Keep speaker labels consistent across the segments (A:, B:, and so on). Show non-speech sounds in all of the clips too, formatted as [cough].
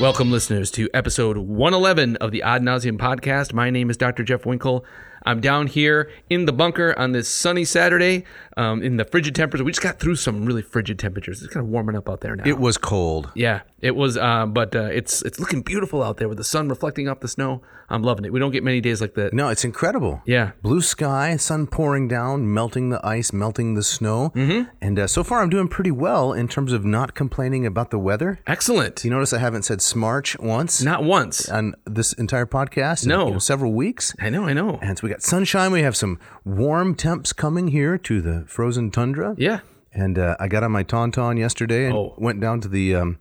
A: Welcome, listeners, to episode 111 of the Odd Nauseum podcast. My name is Dr. Jeff Winkle. I'm down here in the bunker on this sunny Saturday um, in the frigid temperatures. We just got through some really frigid temperatures. It's kind of warming up out there now.
B: It was cold.
A: yeah, it was, uh, but uh, it's it's looking beautiful out there with the sun reflecting off the snow. I'm loving it. We don't get many days like that.
B: No, it's incredible.
A: Yeah.
B: Blue sky, sun pouring down, melting the ice, melting the snow. Mm-hmm. And uh, so far, I'm doing pretty well in terms of not complaining about the weather.
A: Excellent.
B: You notice I haven't said smarch once
A: Not once.
B: on this entire podcast in
A: No.
B: you know, several weeks.
A: I know, I know.
B: And so we got sunshine. We have some warm temps coming here to the frozen tundra.
A: Yeah.
B: And uh, I got on my Tauntaun yesterday and
A: Oh.
B: went down to the, um,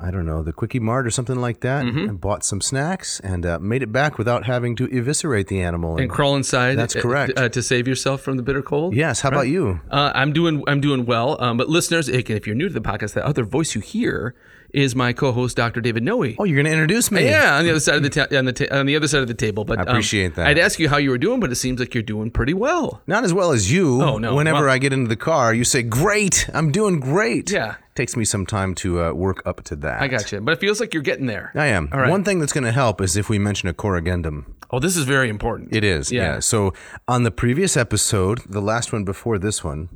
B: I don't know, the Quickie Mart or something like that
A: Mm-hmm.
B: and bought some snacks and uh, made it back without having to eviscerate the animal.
A: And crawl inside.
B: That's
A: uh,
B: correct.
A: Uh, to save yourself from the bitter cold.
B: yes, how about you?
A: Uh, I'm doing I'm doing well, um, but listeners, if if you're new to the podcast, the other voice you hear is my co-host Dr. David Noe.
B: Oh, you're going to introduce me.
A: Yeah, on the other side of the ta- on the ta- on the other side of the table. But I
B: appreciate that.
A: I'd ask you how you were doing, but it seems like you're doing pretty well.
B: Not as well as you.
A: Oh, no.
B: Whenever
A: Well-
B: I get into the car, you say, "Great, I'm doing great."
A: Yeah.
B: Takes me some time to uh, work up to that.
A: I got you, but it feels like you're getting there.
B: I am.
A: All right.
B: One thing that's going to help is if we mention a corrigendum.
A: Oh, this is very important.
B: It is.
A: Yeah.
B: Yeah. So on the previous episode, the last one before this one,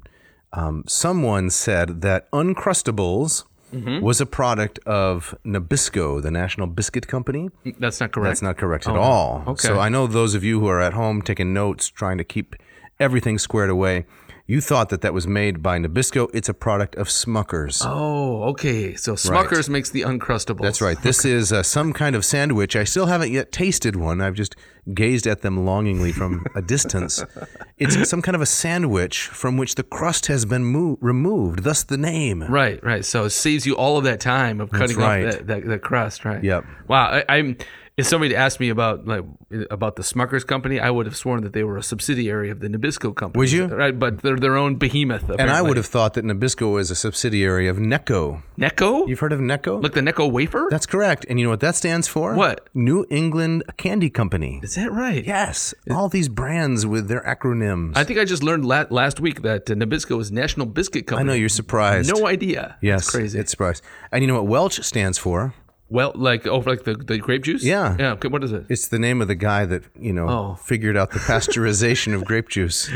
B: um, someone said that Uncrustables was a product of Nabisco, the National Biscuit Company.
A: That's not correct.
B: That's not correct at all.
A: Mm-hmm. Okay.
B: So I know those of you who are at home taking notes, trying to keep everything squared away. You thought that that was made by Nabisco. It's a product of Smucker's.
A: Oh, okay. So Smuckers makes the uncrustable.
B: That's right. This is uh, some kind of sandwich. I still haven't yet tasted one. I've just gazed at them longingly from a distance. It's some kind of a sandwich from which the crust has been mo- removed, thus the name.
A: Right, right. So it saves you all of that time of cutting
B: right.
A: off that, that, that crust, right?
B: Yep.
A: Wow. I, I'm. If somebody asked me about like about the Smuckers company, I would have sworn that they were a subsidiary of the Nabisco company.
B: Would you?
A: Right, but they're their own behemoth.
B: And I
A: apparently.
B: would have thought that Nabisco is a subsidiary of Necco.
A: Necco.
B: You've heard of Necco?
A: Like the Necco wafer?
B: That's correct. And you know what that stands for?
A: What?
B: New England Candy Company.
A: Is that right?
B: Yes. All these brands with their acronyms.
A: I think I just learned la- last week that uh, Nabisco is National Biscuit
B: I
A: Company.
B: know you're surprised.
A: No idea.
B: Yes.
A: That's crazy.
B: It's surprised. And you know what Welch stands for?
A: well, like oh, like the, the grape juice.
B: Yeah.
A: Yeah. Okay, what is it?
B: It's the name of the guy that you know
A: Oh.
B: figured out the pasteurization of grape juice,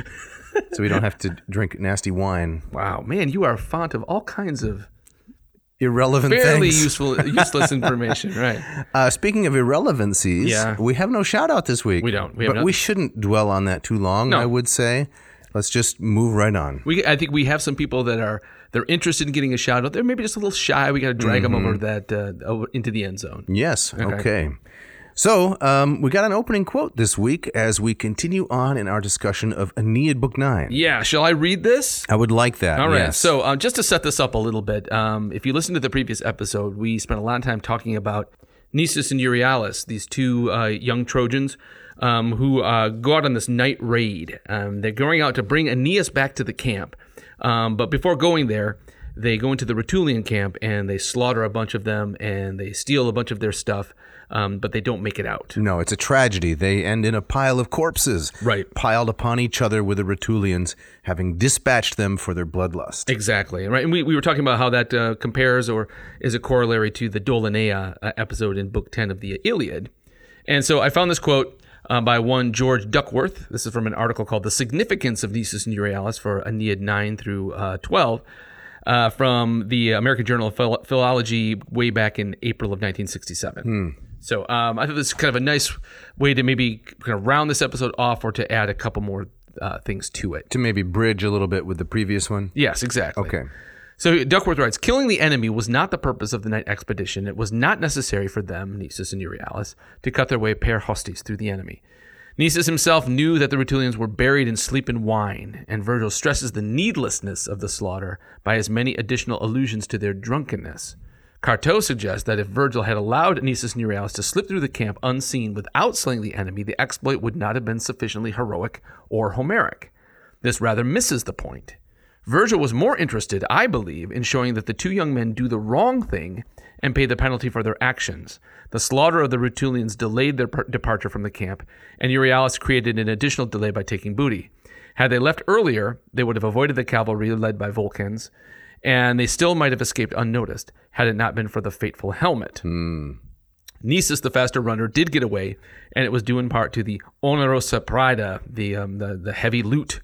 B: so we don't have to drink nasty wine.
A: Wow, man, you are a font of all kinds of
B: Irrelevant
A: fairly
B: things.
A: useful, useless information. [laughs] Right.
B: Uh, speaking of irrelevancies,
A: Yeah.
B: we have no shout out this week.
A: We don't. We have
B: but
A: nothing.
B: we shouldn't dwell on that too long.
A: No.
B: I would say, let's just move right on.
A: We I think we have some people that are they're interested in getting a shout out. They're maybe just a little shy. We got to drag them over that uh, over into the end zone.
B: Yes. Okay. So um, we got an opening quote this week as we continue on in our discussion of Aeneid Book Nine.
A: Yeah. Shall I read this?
B: I would like that.
A: All right.
B: yes.
A: So, um, just to set this up a little bit, um, if you listen to the previous episode, we spent a lot of time talking about Nisus and Euryalus, these two uh, young Trojans um, who uh, go out on this night raid. Um, they're going out to bring Aeneas back to the camp. Um, but before going there, they go into the Rutulian camp and they slaughter a bunch of them and they steal a bunch of their stuff, um, but they don't make it out.
B: No, it's a tragedy. They end in a pile of corpses,
A: Right.
B: Piled upon each other with the Rutulians, having dispatched them for their bloodlust.
A: Exactly right, and we, we were talking about how that uh, compares or is a corollary to the Dolinea uh, episode in Book Ten of the Iliad, and so I found this quote uh, by one George Duckworth. This is from an article called "The Significance of Nisus and Euryalus" for Aeneid nine through uh, twelve, uh, from the American Journal of Phil- Philology way back in April of 1967. So um, I thought this is kind of a nice way to maybe kind of round this episode off or to add a couple more uh, things to it.
B: To maybe bridge a little bit with the previous one.
A: Yes, exactly.
B: Okay.
A: So Duckworth writes, killing the enemy was not the purpose of the night expedition. It was not necessary for them, Nisus and Euryalus, to cut their way per hostis through the enemy. Nisus himself knew that the Rutulians were buried in sleep and wine, and Virgil stresses the needlessness of the slaughter by his many additional allusions to their drunkenness. Carteau suggests that if Virgil had allowed Nisus Nerealis to slip through the camp unseen without slaying the enemy, the exploit would not have been sufficiently heroic or Homeric. This rather misses the point. Virgil was more interested, I believe, in showing that the two young men do the wrong thing and pay the penalty for their actions. The slaughter of the Rutulians delayed their per- departure from the camp, and Euryalus created an additional delay by taking booty. Had they left earlier, they would have avoided the cavalry led by Vulcans, and they still might have escaped unnoticed had it not been for the fateful helmet. Nisus, the faster runner, did get away, and it was due in part to the onerosa prida, the um, the, the heavy loot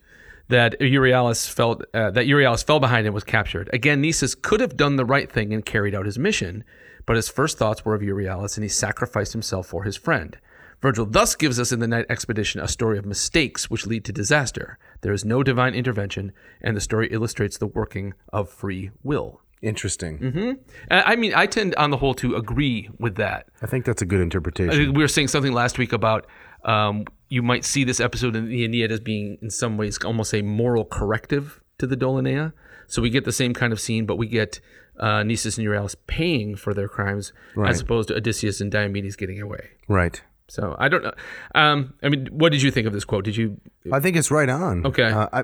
A: that Euryalus felt uh, that Euryalus fell behind and was captured. Again, Nisus could have done the right thing and carried out his mission, but his first thoughts were of Euryalus, and he sacrificed himself for his friend. Virgil thus gives us in the night expedition a story of mistakes which lead to disaster. There is no divine intervention, and the story illustrates the working of free will.
B: Interesting.
A: Uh, I mean, I tend, on the whole, to agree with that.
B: I think that's a good interpretation.
A: we were saying something last week about um, you might see this episode in the Aeneid as being in some ways almost a moral corrective to the Dolinea. So we get the same kind of scene, but we get uh, Nisus and Euryalus paying for their crimes as opposed to Odysseus and Diomedes getting away.
B: right.
A: So I don't know. Um, I mean, what did you think of this quote? Did you?
B: I think it's right on.
A: Okay.
B: Uh, I,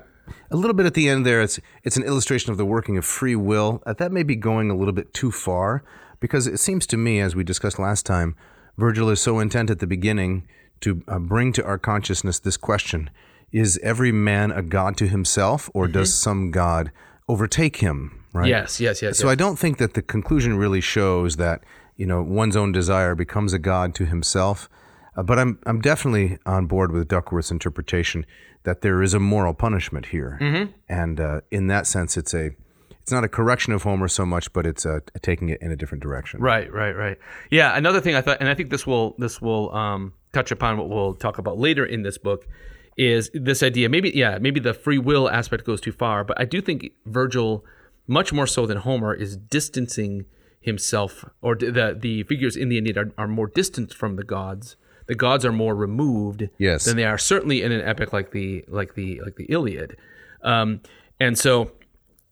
B: a little bit at the end there, it's it's an illustration of the working of free will. Uh, that may be going a little bit too far because it seems to me, as we discussed last time, Virgil is so intent at the beginning to uh, bring to our consciousness this question: Is every man a god to himself, or does some god overtake him? Right.
A: Yes, yes, yes.
B: So I don't think that the conclusion really shows that you know one's own desire becomes a god to himself. Uh, but I'm I'm definitely on board with Duckworth's interpretation that there is a moral punishment here, and uh, in that sense, it's a it's not a correction of Homer so much, but it's uh, taking it in a different direction.
A: Right, right, right. Yeah, another thing I thought, and I think this will this will um, touch upon what we'll talk about later in this book, is this idea. Maybe yeah, maybe the free will aspect goes too far, but I do think Virgil, much more so than Homer, is distancing himself, or d- the the figures in the Aeneid are, are more distant from the gods. The gods are more removed
B: Yes.
A: than they are certainly in an epic like the like the like the Iliad, um, and so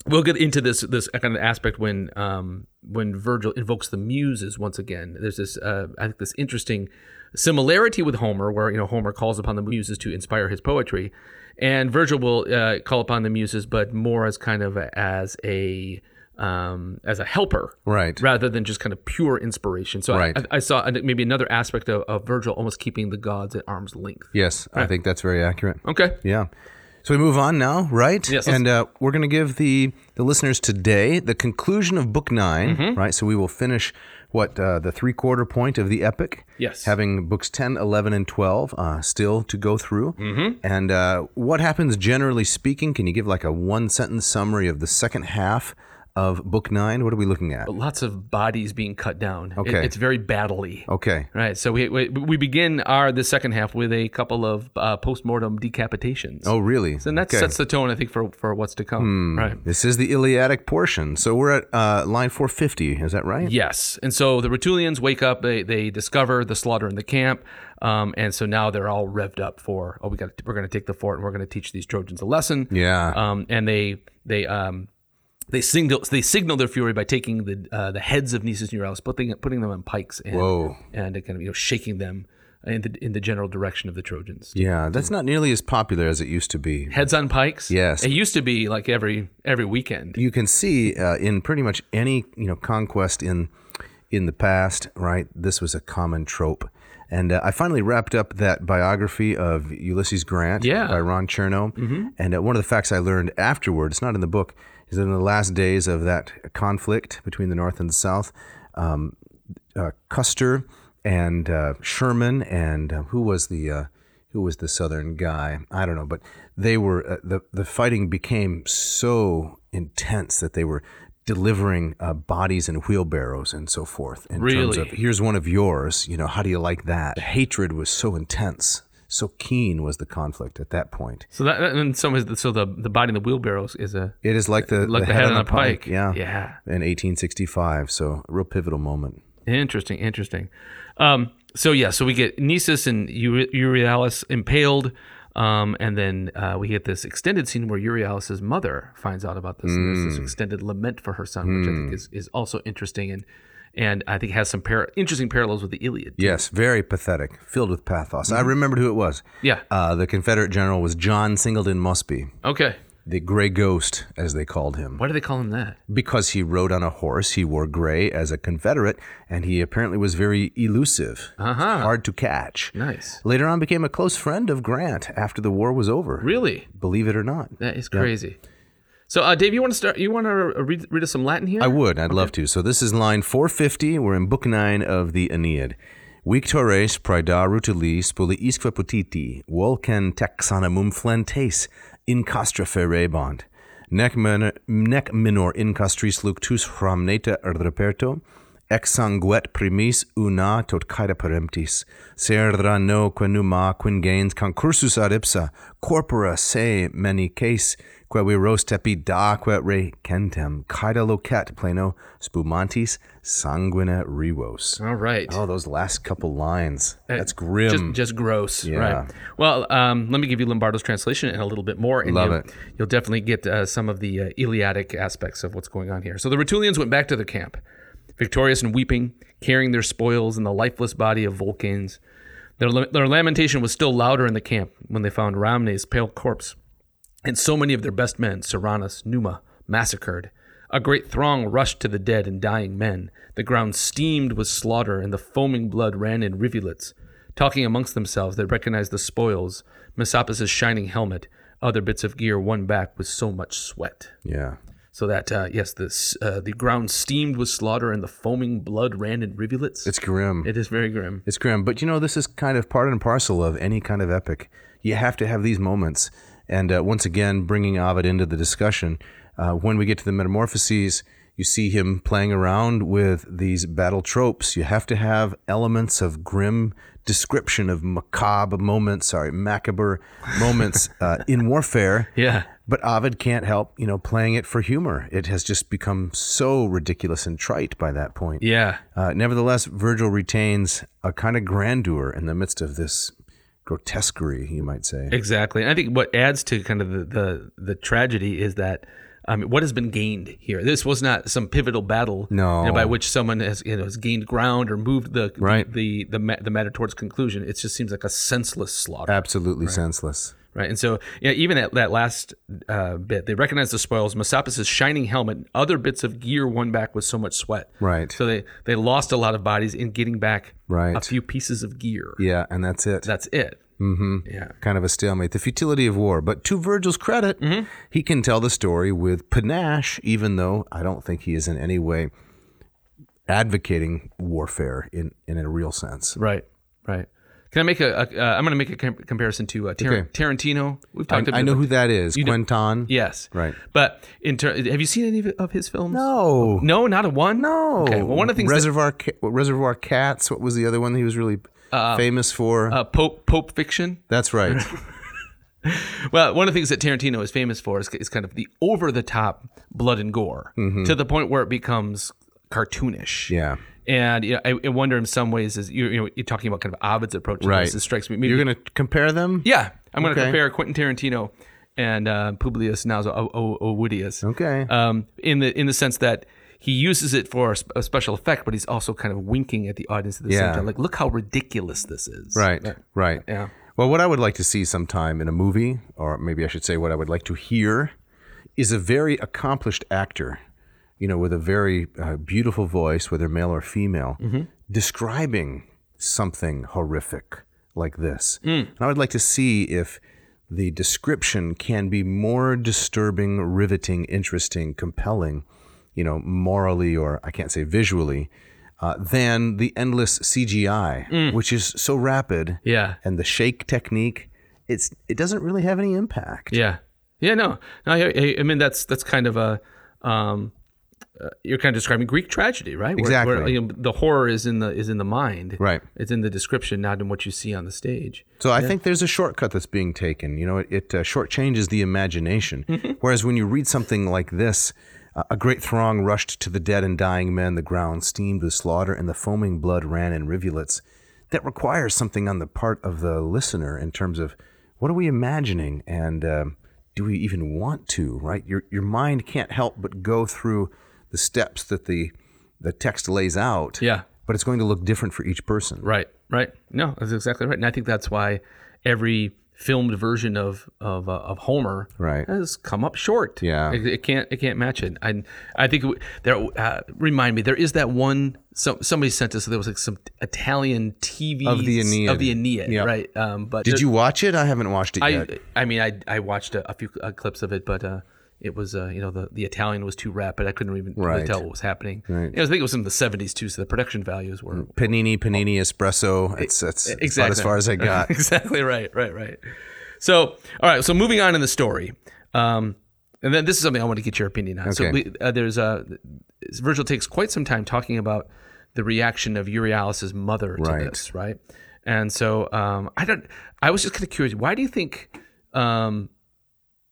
A: we'll get into this this kind of aspect when um, when Virgil invokes the muses once again. There's this uh, I think this interesting similarity with Homer, where you know Homer calls upon the muses to inspire his poetry, and Virgil will uh, call upon the muses, but more as kind of a, as a um, as a helper,
B: Right.
A: rather than just kind of pure inspiration. So I-
B: Right.
A: I, I saw I think maybe another aspect of, of Virgil almost keeping the gods at arm's length.
B: Yes, I think that's very accurate.
A: Okay.
B: Yeah. So we move on now, right?
A: Yes, let's-
B: And uh, we're going to give the the listeners today the conclusion of Book 9
A: Mm-hmm.
B: right? So we will finish what uh, the three quarter point of the epic.
A: Yes.
B: Having books 10, 11, and 12 uh, still to go through. Mm-hmm. And uh, what happens, generally speaking? Can you give like a one sentence summary of the second half of Book 9? What are we looking at?
A: Lots of bodies being cut down. It-
B: Okay.
A: it's very battle-y.
B: Okay.
A: Right. So we we, we begin our the second half with a couple of uh, mortem decapitations.
B: Oh, really?
A: and that
B: okay. Hmm.
A: sets the tone, I think, for for what's to come. Right.
B: This is the Iliadic portion. So we're at uh, line 450. Is that right?
A: Yes. And so the Rotulians wake up. They they discover the slaughter in the camp, um, and so now they're all revved up for oh we got we're going to take the fort and we're going to teach these Trojans a lesson.
B: Yeah.
A: Um, and they they um. They signal they signal their fury by taking the uh, the heads of Nisus and Euryalus, putting putting them on pikes and
B: Whoa.
A: and uh, kind of you know shaking them in the in the general direction of the Trojans.
B: Yeah, that's not nearly as popular as it used to be.
A: Heads on pikes.
B: Yes.
A: it used to be like every every weekend.
B: You can see uh, in pretty much any you know conquest in in the past, right? This was a common trope. And uh, I finally wrapped up that biography of Ulysses Grant
A: Yeah.
B: by Ron Chernow. And uh, one of the facts I learned afterward, it's not in the book, is that in the last days of that conflict between the North and the South, uh, Custer and uh, Sherman and uh, who was the uh, who was the Southern guy? I don't know, but they were uh, the the fighting became so intense that they were delivering uh, bodies in wheelbarrows and so forth. In terms
A: Really?
B: of here's one of yours, you know, how do you like that? The hatred was so intense, so keen was the conflict at that point.
A: So that and some is the, so the the body in the wheelbarrows is a
B: It is like the,
A: like the, head, on a pike.
B: yeah,
A: yeah.
B: in 1865. So a real pivotal moment.
A: Interesting, interesting. Um, so yeah, so we get Nisus and Eu- Euryalus impaled. Um, and then uh, we get this extended scene where Euryalus' mother finds out about this. and
B: Hmm.
A: There's this extended lament for her son, which I think is, is also interesting and and I think has some par- interesting parallels with the Iliad.
B: Yes, very pathetic, filled with pathos.
A: Mm-hmm.
B: I remembered who it was.
A: Yeah.
B: Uh, the Confederate general was John Singleton Mosby,
A: Okay.
B: the Gray Ghost, as they called him.
A: Why do they call him that?
B: Because he rode on a horse, he wore gray as a Confederate, and he apparently was very elusive,
A: Uh-huh.
B: hard to catch.
A: Nice.
B: Later on, became a close friend of Grant after the war was over.
A: Really?
B: Believe it or not.
A: That is crazy. So, uh, Dave, you want to start? You want to read, read us some Latin here?
B: I would. I'd love to. So this is line 450. We're in book nine of the Aeneid. Victores res praeda rutili spoliisque potiti, volcan taxonomum flentes, in castra ferebant. Nec, men- nec minor in castris luctus hramneta reperto, ex sanguet primis una tot caeda paremptis, serdra no quenuma quingens concursus ad ipsa, corpora se menices, que viros tepi daque re centem, caeda locet pleno spumantis sanguine rivos.
A: All right.
B: Oh, those last couple lines. That's
A: just,
B: grim.
A: just gross, right? Well, um, let me give you Lombardo's translation and a little bit more, and
B: Love
A: you'll,
B: it.
A: you'll definitely get uh, some of the uh, Iliadic aspects of what's going on here. So the Rutulians went back to their camp, victorious and weeping, carrying their spoils and the lifeless body of Vulcans. Their, la- their lamentation was still louder in the camp when they found Ramne's pale corpse and so many of their best men, Serranus, Numa, massacred. A great throng rushed to the dead and dying men. The ground steamed with slaughter, and the foaming blood ran in rivulets. Talking amongst themselves, they recognized the spoils Messapus' shining helmet, other bits of gear won back with so much sweat.
B: yeah.
A: So that, uh, yes, this, uh, the ground steamed with slaughter, and the foaming blood ran in rivulets.
B: It's grim.
A: it is very grim.
B: It's grim, but you know this is kind of part and parcel of any kind of epic. You have to have these moments, and uh, once again, bringing Ovid into the discussion. Uh, when we get to the Metamorphoses, you see him playing around with these battle tropes. You have to have elements of grim description of macabre moments, sorry, macabre moments uh, in warfare.
A: Yeah.
B: But Ovid can't help, you know, playing it for humor. It has just become so ridiculous and trite by that point.
A: Yeah.
B: Uh, nevertheless, Virgil retains a kind of grandeur in the midst of this grotesquerie, you might say.
A: Exactly. And I think what adds to kind of the the, the tragedy is that um, what has been gained here. This was not some pivotal battle
B: No.
A: you know, by which someone has you know has gained ground or moved the
B: Right.
A: the the, ma- the matter towards conclusion. It just seems like a senseless slaughter
B: Absolutely senseless.
A: right? And so, you know, even that, that last uh, bit, they recognize the spoils, Messapus' shining helmet, other bits of gear won back with so much sweat.
B: Right.
A: So they, they lost a lot of bodies in getting back a
B: Right.
A: few pieces of gear.
B: Yeah, and that's it.
A: That's it. Mm-hmm. Yeah.
B: kind of a stalemate. The futility of war. But to Virgil's credit,
A: Mm-hmm.
B: he can tell the story with panache, even though I don't think he is in any way advocating warfare in, in a real sense.
A: Right. Right. Can I make a? a uh, I'm going to make a com- comparison to uh, Tar-
B: Okay.
A: Tarantino. We've
B: I,
A: talked. about
B: I know who that is.
A: know-
B: Quentin?
A: Yes.
B: Right.
A: But in ter- have you seen any of- of his films?
B: No.
A: No, not a one.
B: No.
A: Okay. Well, one of the things that,
B: Reservoir Ca- what, Reservoir Cats. What was the other one he was really famous for?
A: uh, Pope Pope Fiction. [laughs]
B: That's right.
A: Well, one of the things that Tarantino is famous for is, is kind of the over the top blood and gore to the point where it becomes cartoonish.
B: Mm-hmm. yeah.
A: And you know, I, I wonder in some ways is you, you know you're talking about kind of Ovid's approach. To
B: Right.
A: This. It strikes me. Maybe
B: You're going to compare them?
A: Yeah, I'm going to
B: Okay.
A: compare Quentin Tarantino and uh, Publius Naso O- O- Ovidius.
B: Okay.
A: Um, in the in the sense that he uses it for a, sp- a special effect, but he's also kind of winking at the audience at the same
B: Yeah.
A: time, like, look how ridiculous this is.
B: right. Right.
A: Yeah.
B: Well, what I would like to see sometime in a movie, or maybe I should say what I would like to hear, is a very accomplished actor, you know, with a very uh, beautiful voice, whether male or female, describing something horrific like this. And I would like to see if the description can be more disturbing, riveting, interesting, compelling, you know, morally or I can't say visually. Uh, than the endless CGI, which is so rapid
A: Yeah.
B: and the shake technique, it's it doesn't really have any impact.
A: Yeah. Yeah. No. No. I, I- I mean, that's that's kind of a. Um, uh, you're kind of describing Greek tragedy, right? Where-
B: Exactly.
A: Where, you know, the horror is in the is in the mind.
B: Right.
A: It's in the description, not in what you see on the stage.
B: So I think there's a shortcut that's being taken. You know, it, it uh, shortchanges the imagination.
A: Mm-hmm.
B: Whereas when you read something like this, uh, a great throng rushed to the dead and dying men, the ground steamed with slaughter, and the foaming blood ran in rivulets. That requires something on the part of the listener in terms of what are we imagining and um, do we even want to right your, your mind can't help but go through the steps that the the text lays out
A: Yeah.
B: but it's going to look different for each person
A: Right, right. No, that's exactly right. And I think that's why every filmed version of of, uh, of Homer
B: Right.
A: has come up short.
B: Yeah.
A: it, it can't it can't match it. And I think w- there uh, remind me there is that one so, somebody sent us there was like some Italian TV
B: Of the Aeneid.
A: of the Aeneid
B: Yeah.
A: right. Um, but
B: did
A: there-
B: you watch it i haven't watched it
A: I
B: yet
A: I mean I I watched a, a few uh, clips of it, but. Uh, it was, uh, you know, the, the Italian was too rapid. I couldn't even really
B: Right. Mm.
A: tell what was happening. You know, I think it was in the 70s, too, so the production values were,
B: panini panini espresso it's that's it's about as far as
A: [laughs]
B: i got
A: Oh. E, exactly right, right, right. So, all right. So moving on in the story, um, and then this is something I want to get your opinion on. So
B: Okay.
A: we, uh, there's a Virgil takes quite some time talking about the reaction of Euryalus' mother to
B: Right.
A: this, right? And so um, I don't. I was just kind of curious. Why do you think um,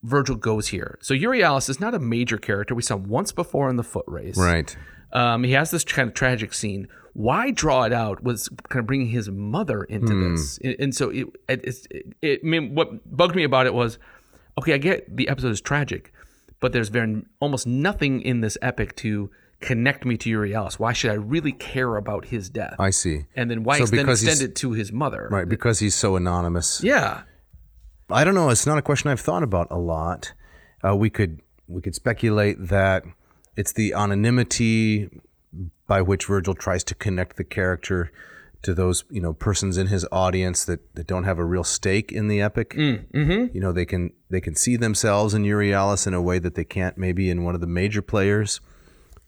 A: Virgil goes here? So Euryalus is not a major character. We saw him once before in the foot race,
B: right
A: um, he has this kind of tragic scene. Why draw it out was kind of bringing his mother into
B: Hmm.
A: this, and, and so it it, it's- it it I mean what bugged me about it was, okay, I get the episode is tragic, but there's been almost nothing in this epic to connect me to Euryalus. Why should I really care about his death?
B: i see
A: and then why
B: So
A: ex- then
B: because he's-
A: extend it to his mother?
B: right because he's so anonymous
A: Yeah.
B: I don't know. It's not a question I've thought about a lot. Uh, we could we could speculate that it's the anonymity by which Virgil tries to connect the character to those you know persons in his audience that, that don't have a real stake in the epic.
A: Mm, mm-hmm.
B: You know they can they can see themselves in Euryalus in a way that they can't maybe in one of the major players.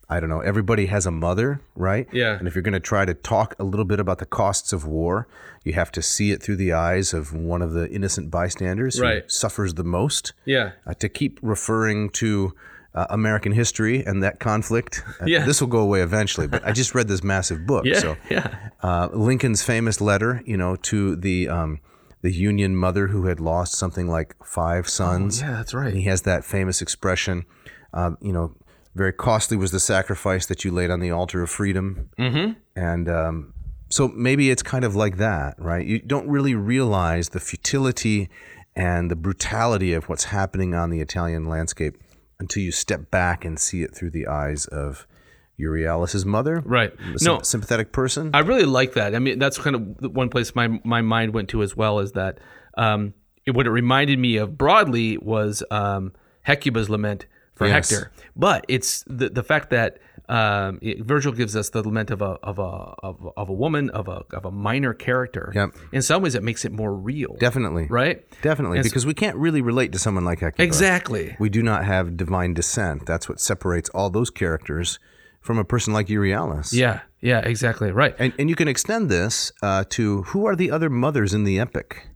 B: I don't know. Everybody has a mother, right?
A: Yeah.
B: And if you're going to try to talk a little bit about the costs of war, you have to see it through the eyes of one of the innocent bystanders who
A: Right.
B: suffers the most.
A: Yeah.
B: Uh, to keep referring to uh, American history and that conflict,
A: [laughs]
B: uh,
A: Yeah.
B: this will go away eventually. But I just read this massive book,
A: Yeah.
B: so
A: [laughs] yeah.
B: uh, Lincoln's famous letter, you know, to the um, the Union mother who had lost something like five sons.
A: Yeah. That's right.
B: And he has that famous expression, uh, you know, very costly was the sacrifice that you laid on the altar of freedom. Mm-hmm. And um, so maybe it's kind of like that, right? You don't really realize the futility and the brutality of what's happening on the Italian landscape until you step back and see it through the eyes of Euryalus' mother.
A: Right.
B: A
A: No.
B: symp- sympathetic person.
A: I really like that. I mean, that's kind of the one place my my mind went to as well is that um, it, what it reminded me of broadly was um, Hecuba's lament for
B: Yes.
A: Hector, but it's the the fact that um, it- Virgil gives us the lament of a of a of, of a woman of a of a minor character.
B: Yep.
A: In some ways, it makes it more real.
B: Definitely.
A: Right.
B: Definitely,
A: And so-
B: because we can't really relate to someone like Hecuba.
A: Exactly.
B: We do not have divine descent. That's what separates all those characters from a person like Euryalus.
A: Yeah. Yeah. Exactly. Right.
B: And, and you can extend this uh, to who are the other mothers in the epic,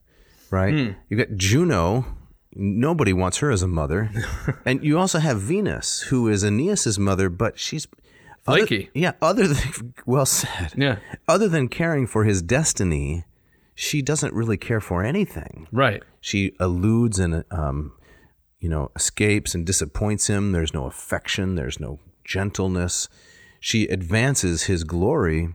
B: right?
A: Hmm.
B: you got Juno. Nobody wants her as a mother.
A: [laughs]
B: and you also have Venus, who is Aeneas's mother, but she's. other-
A: Flaky.
B: yeah, other than. [laughs] Well said.
A: Yeah.
B: Other than caring for his destiny, she doesn't really care for anything
A: Right.
B: she eludes and um, you know escapes and disappoints him there's no affection there's no gentleness she advances his glory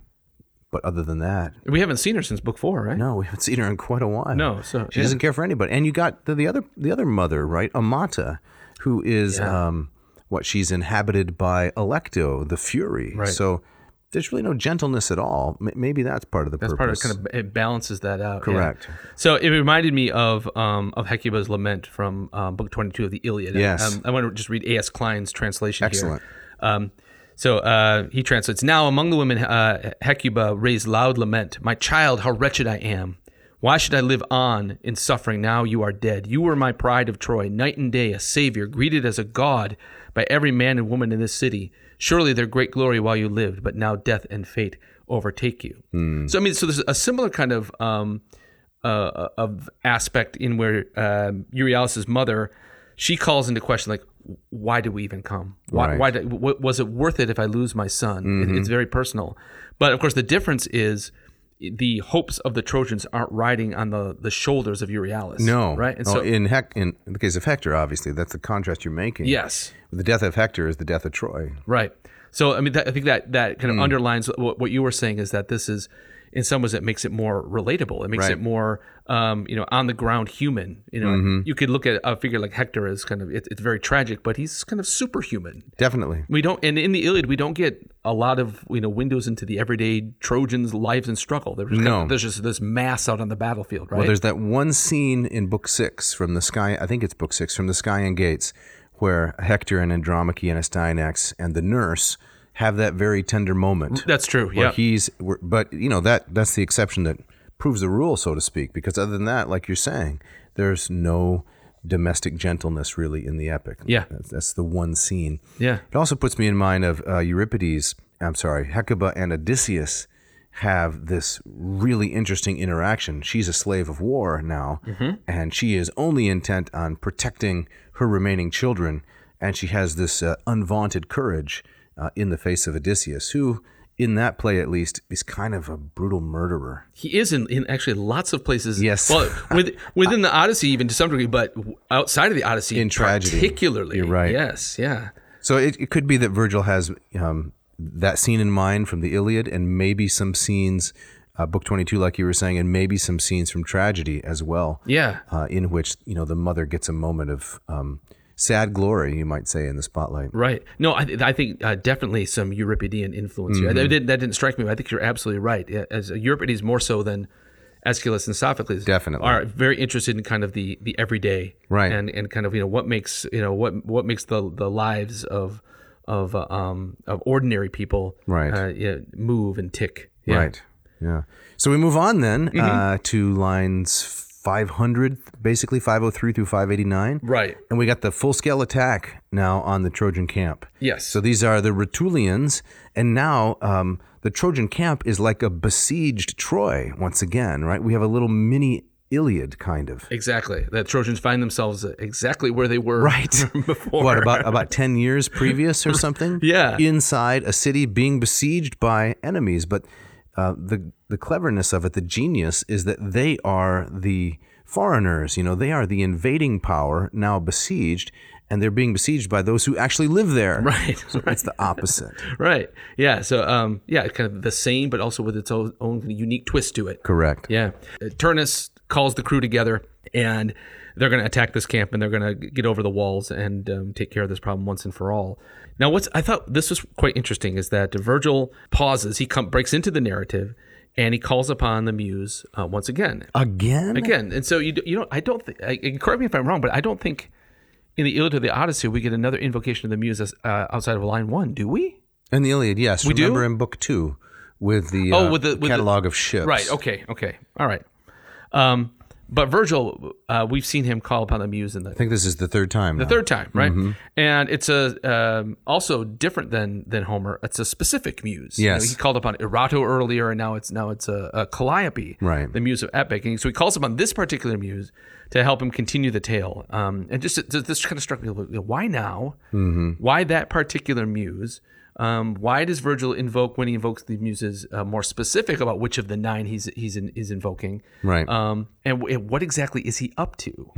B: but other than that
A: We haven't seen her since book four, right?
B: no we haven't [laughs] seen her in quite a while
A: No, so-
B: she doesn't care for anybody and you got the, the other the other mother right amata who is um, what she's inhabited by electo the fury
A: Right.
B: so there's really no gentleness at all M- maybe that's part of the
A: That's part of
B: purpose
A: it, kind of it balances that out. yeah.
B: Correct.
A: So it reminded me of um, of Hecuba's lament from um, book twenty two of the Iliad.
B: Yes.
A: Um, I want to just read A. S. Klein's translation.
B: Excellent.
A: Here. Um, so uh, he translates now among the women uh, Hecuba raised loud lament. My child, how wretched I am. Why should I live on in suffering now you are dead? You were my pride of Troy, night and day, a savior, greeted as a god by every man and woman in this city. Surely their great glory while you lived, but now death and fate overtake you.
B: Hmm.
A: So I mean, so there's a similar kind of um, uh, of aspect in where um, Euryalus' mother, she calls into question like, why do we even come? Why,
B: Right. Mm-hmm.
A: why did, w- was it worth it if I lose my son? It, it's very personal, but of course the difference is the hopes of the Trojans aren't riding on the the shoulders of Euryalus.
B: no
A: right? And
B: Oh,
A: so
B: in Hec- in the case of hector obviously that's the contrast you're making
A: yes,
B: The death of Hector is the death of Troy. Hmm.
A: Right. So I mean, that, I think that that kind of underlines what, what you were saying is that this is in some ways, it makes it more relatable. It makes
B: Right. Mm-hmm.
A: it more, um, you know, on the ground human. You know, you could look at a figure like Hector as kind of it, it's very tragic, but he's kind of superhuman.
B: Definitely.
A: We don't, and in the Iliad, we don't get a lot of you know windows into the everyday Trojans' lives and struggle. There's just,
B: No.
A: there's just this mass out on the battlefield, right?
B: Well, there's that one scene in Book Six from the Sky. I think it's Book Six from the Sky and Gates, where Hector and Andromache and Astyanax and the nurse have that very tender moment.
A: Mm, That's true.
B: where
A: Yeah.
B: he's where- but you know that that's the exception that proves the rule so to speak because other than that like you're saying there's no domestic gentleness really in the epic
A: Yeah.
B: that's, that's the one scene
A: yeah.
B: it also puts me in mind of uh, euripides i'm sorry hecuba and odysseus have this really interesting interaction she's a slave of war now and she is only intent on protecting her remaining children and she has this uh, unvaunted courage uh, in the face of odysseus who in that play at least is kind of a brutal murderer
A: He is in, in actually lots of places.
B: Yes. [laughs]
A: Well, with, within the Odyssey, even to some degree, but w- outside of the Odyssey,
B: In tragedy.
A: particularly.
B: You're right.
A: Yes. Yeah.
B: So it, it could be that Virgil has um, that scene in mind from the Iliad, and maybe some scenes, uh, Book Twenty Two, like you were saying, and maybe some scenes from tragedy as well.
A: Yeah.
B: Uh, in which you know the mother gets a moment of um, sad glory, you might say, in the spotlight.
A: Right. No, I, th- I think uh, definitely some Euripidean influence here.
B: Mm-hmm.
A: That didn't, that didn't strike me. but I think you're absolutely right. Yeah, As uh, Euripides more so than Aeschylus and Sophocles,
B: Definitely.
A: are very interested in kind of the the everyday,
B: Right.
A: And and kind of you know what makes you know what what makes the the lives of of uh, um of ordinary people
B: Right.
A: uh, yeah, move and tick. Yeah. Mm-hmm.
B: Right. Yeah. So we move on then uh, to lines 500, basically 503 through 589.
A: Right.
B: And we got the full scale attack now on the Trojan camp.
A: Yes.
B: So these are the Rutulians. And now um, the Trojan camp is like a besieged Troy once again, right? We have a little mini Iliad kind of.
A: Exactly. The Trojans find themselves exactly where they were
B: Right.
A: [laughs] before.
B: What about about ten years previous or something?
A: [laughs] Yeah.
B: inside a city being besieged by enemies. But uh, the the cleverness of it, the genius, is that they are the foreigners. You know, they are the invading power now besieged, and they're being besieged by those who actually live there.
A: [laughs] Right.
B: So it's the opposite.
A: Right. Yeah. So, um, yeah, kind of the same, but also with its own, own unique twist to it.
B: Correct.
A: Yeah. Uh, Turnus calls the crew together and they're going to attack this camp and they're going to get over the walls and um, take care of this problem once and for all. Now, what's I thought this was quite interesting is that Virgil pauses, he come, breaks into the narrative and he calls upon the muse uh, once again.
B: Again.
A: Again, and so you d- you don't I don't think I- and correct me if I'm wrong, but I don't think in the Iliad of the Odyssey we get another invocation of the muse as- uh, outside of line one, do we?
B: In the Iliad, yes. We
A: do?
B: Remember in book two with the
A: Oh,
B: uh,
A: with the- with the-
B: catalog of ships.
A: Right. Okay. Okay. All right. Um, but Virgil, uh, we've seen him call upon the muse in the
B: I think this is the third time.
A: the third time, right?
B: Mm-hmm.
A: And it's a um, also different than than Homer. It's a specific muse. You know,
B: Yes.
A: he called upon Erato earlier, and now it's now it's a, a Calliope,
B: Right.
A: The muse of epic, and so he calls upon this particular muse to help him continue the tale. Um, and just just- this kind of struck me a little. bit. Why now?
B: Mm-hmm.
A: Why that particular muse? Um, why does Virgil invoke when he invokes the muses uh, more specific about which of the nine he's he's in, is invoking?
B: Right. Hmm.
A: um, and, w- and what exactly is he up to?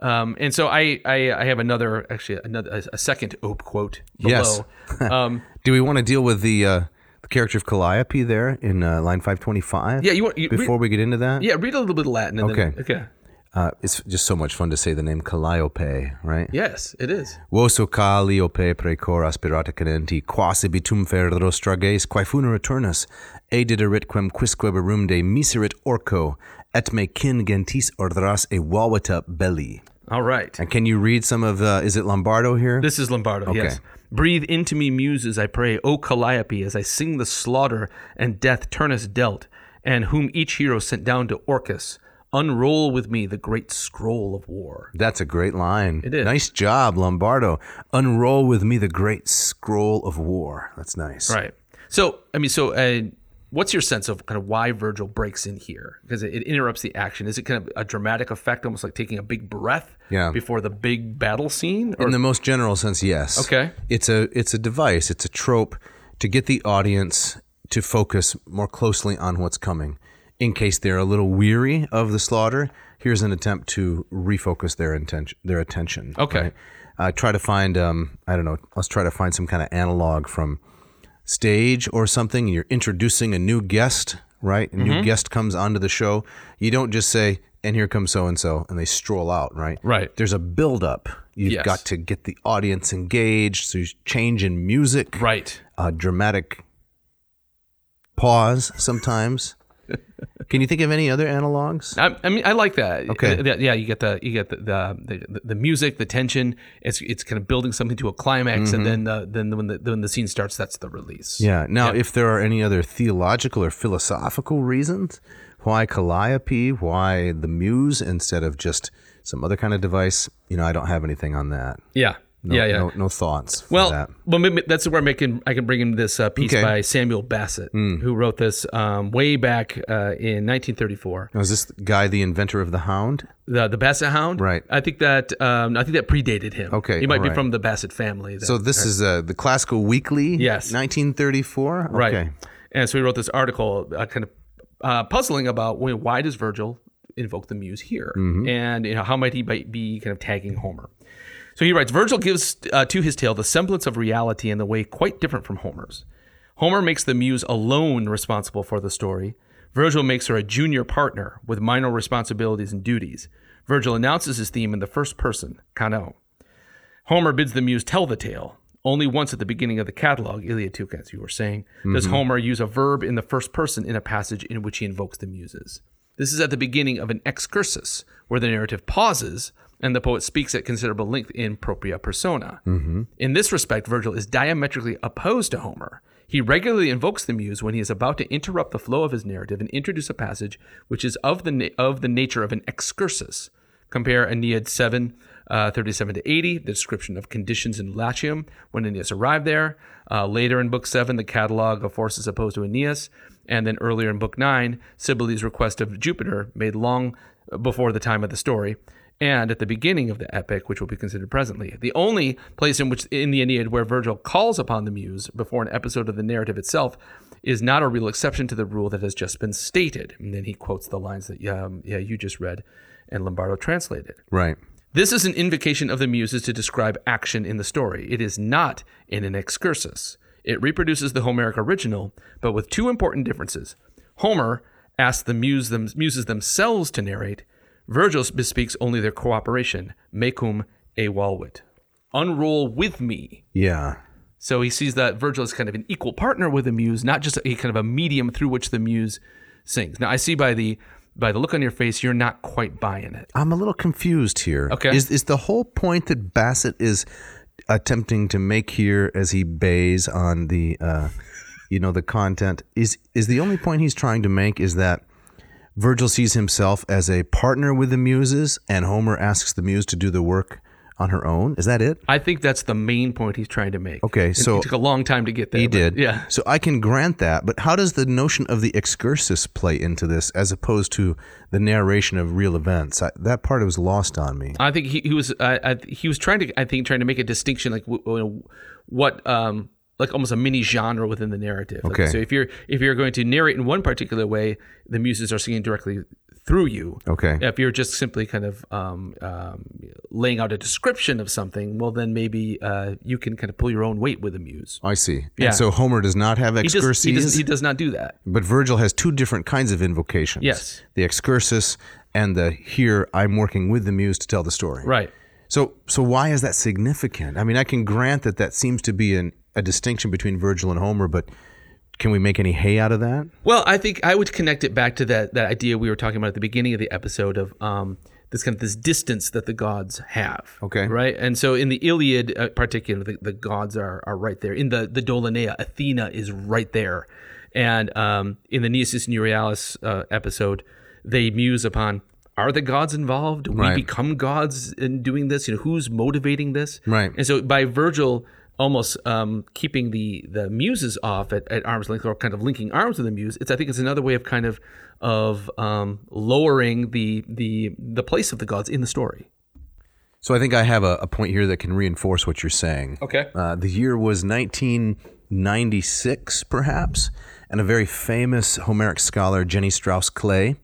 A: Um, and so I, I I have another actually another a, a second Ope quote below.
B: Yes.
A: um,
B: Do we want to deal with the uh, the character of Calliope there in uh, line
A: [laughs]
B: 525?
A: Yeah, you want- you-
B: Before we get into that?
A: yeah, read a little bit of Latin. And Then,
B: Okay.
A: okay.
B: Uh, it's just so much fun to say the name Calliope, right?
A: Yes, it is.
B: Voso Calliope precor aspirata canenti, quasi bitum ferro strages, quae funera turnus, e dideritquem quisque berumde miserit orco, et me kin gentis ordras e valvata belli.
A: All right.
B: And can you read some of, uh, is it Lombardo here?
A: This is Lombardo. Yes. Breathe into me, muses, I pray, O Calliope, as I sing the slaughter and death Turnus dealt, and whom each hero sent down to Orcus. Unroll with me the great scroll of war.
B: That's a great line. It
A: is.
B: Nice job, Lombardo. Unroll with me the great scroll of war. That's nice.
A: Right. So, I mean, so uh, what's your sense of kind of why Virgil breaks in here? Because it, it interrupts the action. Is it kind of a dramatic effect, almost like taking a big breath
B: Yeah.
A: before the big battle scene? Or,
B: In the most general sense, yes.
A: Okay.
B: It's a it's a device, it's a trope to get the audience to focus more closely on what's coming. In case they're a little weary of the slaughter, here's an attempt to refocus their intention their attention.
A: Okay.
B: right? Uh, try to find um, I don't know, let's try to find some kind of analog from stage or something. You're introducing a new guest, right? A
A: Mm-hmm.
B: new guest comes onto the show. You don't just say, and here comes so and so, and they stroll out, right?
A: Right.
B: There's a buildup. You've
A: Yes.
B: got to get the audience engaged. So you change in music,
A: Right.
B: a dramatic pause
A: [laughs]
B: sometimes. Can you think of any other analogs?
A: I, I mean, I like that.
B: Okay.
A: Uh, that- Yeah, you get the you get the the, the, the music, the tension. It's it's kind of building something to a climax, and then the, then when the when the scene starts, that's the release.
B: Mm-hmm. Yeah. Now, if there are any other theological or philosophical reasons why calliope, why the muse instead of just some other kind of device, you know, I don't have anything on that.
A: Yeah.
B: No,
A: yeah. Yeah.
B: No, no thoughts. For
A: Well,
B: that.
A: well, maybe that's where I can I can bring in this uh, piece
B: Okay. Hmm.
A: by Samuel Bassett, who wrote this um, way back uh, in 1934.
B: Now, is this guy the inventor of the hound?
A: The the Bassett Hound,
B: Right.
A: I think that um, I think that predated him.
B: Okay,
A: he might be
B: alright.
A: from the Bassett family. that-
B: So this is uh, the Classical Weekly.
A: Yes.
B: 1934.
A: right.
B: Okay.
A: And so he wrote this article, uh, kind of uh, puzzling about well, why does Virgil invoke the muse here, and you know how might he bi- be kind of tagging Homer. So he writes, Virgil gives uh, to his tale the semblance of reality in a way quite different from Homer's. Homer makes the muse alone responsible for the story. Virgil makes her a junior partner with minor responsibilities and duties. Virgil announces his theme in the first person, Cano. Homer bids the muse tell the tale. Only once at the beginning of the catalog, Iliad 2, as you were saying, does Homer use a verb in the first person in a passage in which he invokes the muses. This is at the beginning of an excursus, where the narrative pauses and the poet speaks at considerable length in propria persona. In this respect, Virgil is diametrically opposed to Homer. He regularly invokes the muse when he is about to interrupt the flow of his narrative and introduce a passage which is of the, na- of the nature of an excursus, Compare Aeneid 7, uh, 37 to 80, the description of conditions in Latium when Aeneas arrived there. Uh, later in Book 7, the catalog of forces opposed to Aeneas. And then earlier in Book 9, Sibylle's request of Jupiter, made long before the time of the story. And at the beginning of the epic, which will be considered presently, the only place in which in the Aeneid where Virgil calls upon the muse before an episode of the narrative itself is not a real exception to the rule that has just been stated. And then he quotes the lines that um, yeah, you just read and Lombardo translated.
B: Right.
A: This is an invocation of the Muses to describe action in the story. It is not in an excursus. It reproduces the Homeric original, but with two important differences. Homer asks the muse them, Muses themselves to narrate, Virgil bespeaks only their cooperation, mecum e walvit. Unroll with me.
B: Yeah.
A: So he sees that Virgil is kind of an equal partner with the muse, not just a kind of a medium through which the muse sings. Now I see by the by the look on your face, you're not quite buying it.
B: I'm a little confused here.
A: Okay.
B: Is is the whole point that Bassett is attempting to make here as he bays on the uh, you know, the content is is the only point he's trying to make is that Virgil sees himself as a partner with the muses and Homer asks the muse to do the work on her own. Is that it?
A: I think that's the main point he's trying to make.
B: Okay,
A: And
B: so
A: it took a long time to get there.
B: He did.
A: Yeah.
B: So I can grant that, but how does the notion of the excursus play into this as opposed to the narration of real events? I, that part was lost on me.
A: I think he, he was I, I, he was trying to I think trying to make a distinction like w- w- what um like almost a mini genre within the narrative. Like,
B: Okay.
A: so if you're if you're going to narrate in one particular way, the muses are singing directly through you.
B: Okay.
A: If you're just simply kind of um, um, laying out a description of something, well then maybe uh, you can kind of pull your own weight with a muse.
B: I see.
A: Yeah.
B: And so Homer does not have
A: He just,
B: excurses,
A: he, does, he does not do that.
B: but Virgil has two different kinds of invocations.
A: Yes.
B: The excursus and the here I'm working with the muse to tell the story.
A: Right.
B: So so why is that significant? I mean, I can grant that that seems to be an, a distinction between Virgil and Homer, but can we make any hay out of that?
A: Well, I think I would connect it back to that that idea we were talking about at the beginning of the episode of um, this kind of this distance that the gods have.
B: Okay.
A: Right. And so in the Iliad, uh, particular, the, the gods are are right there. In the the Dolinea, Athena is right there, and um, in the Nisus Nerealis uh, episode, they muse upon. Are the gods involved? Do we
B: Right.
A: become gods in doing this? You know, who's motivating this?
B: Right.
A: And so by Virgil almost um, keeping the the muses off at, at arm's length or kind of linking arms with the muse, it's I think it's another way of kind of of um, lowering the the the place of the gods in the story.
B: So I think I have a, a point here that can reinforce what you're saying.
A: Okay.
B: Uh, the year was 1996, perhaps, and a very famous Homeric scholar, Jenny Strauss Clay,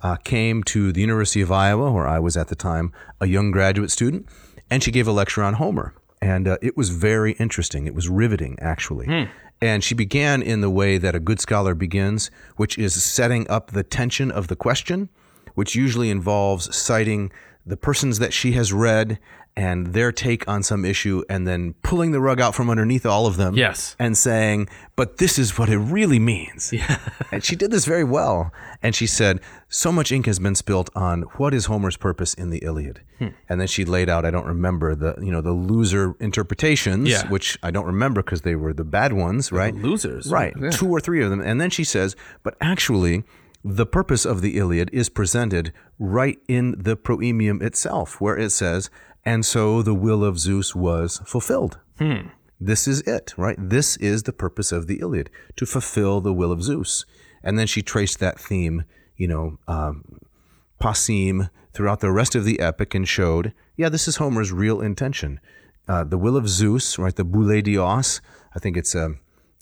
B: uh, came to the University of Iowa, where I was at the time a young graduate student, and she gave a lecture on Homer. And uh, it was very interesting. It was riveting, actually. And she began in the way that a good scholar begins, which is setting up the tension of the question, which usually involves citing the persons that she has read and their take on some issue, and then pulling the rug out from underneath all of them.
A: Yes.
B: And saying, but this is what it really means. Yeah. [laughs] and she did this very well. And she said, so much ink has been spilt on what is Homer's purpose in the Iliad. And then she laid out, I don't remember the, you know, the loser interpretations,
A: Yeah.
B: which I don't remember because they were the bad ones, right?
A: Losers.
B: Right, two or three of them. And then she says, but actually, the purpose of the Iliad is presented right in the proemium itself, where it says, and so the will of Zeus was fulfilled. This is it, right? This is the purpose of the Iliad to fulfill the will of Zeus. And then she traced that theme, you know, um, Pasim throughout the rest of the epic and showed, yeah, this is Homer's real intention. Uh, the will of Zeus, right, the boule dios, I think it's a,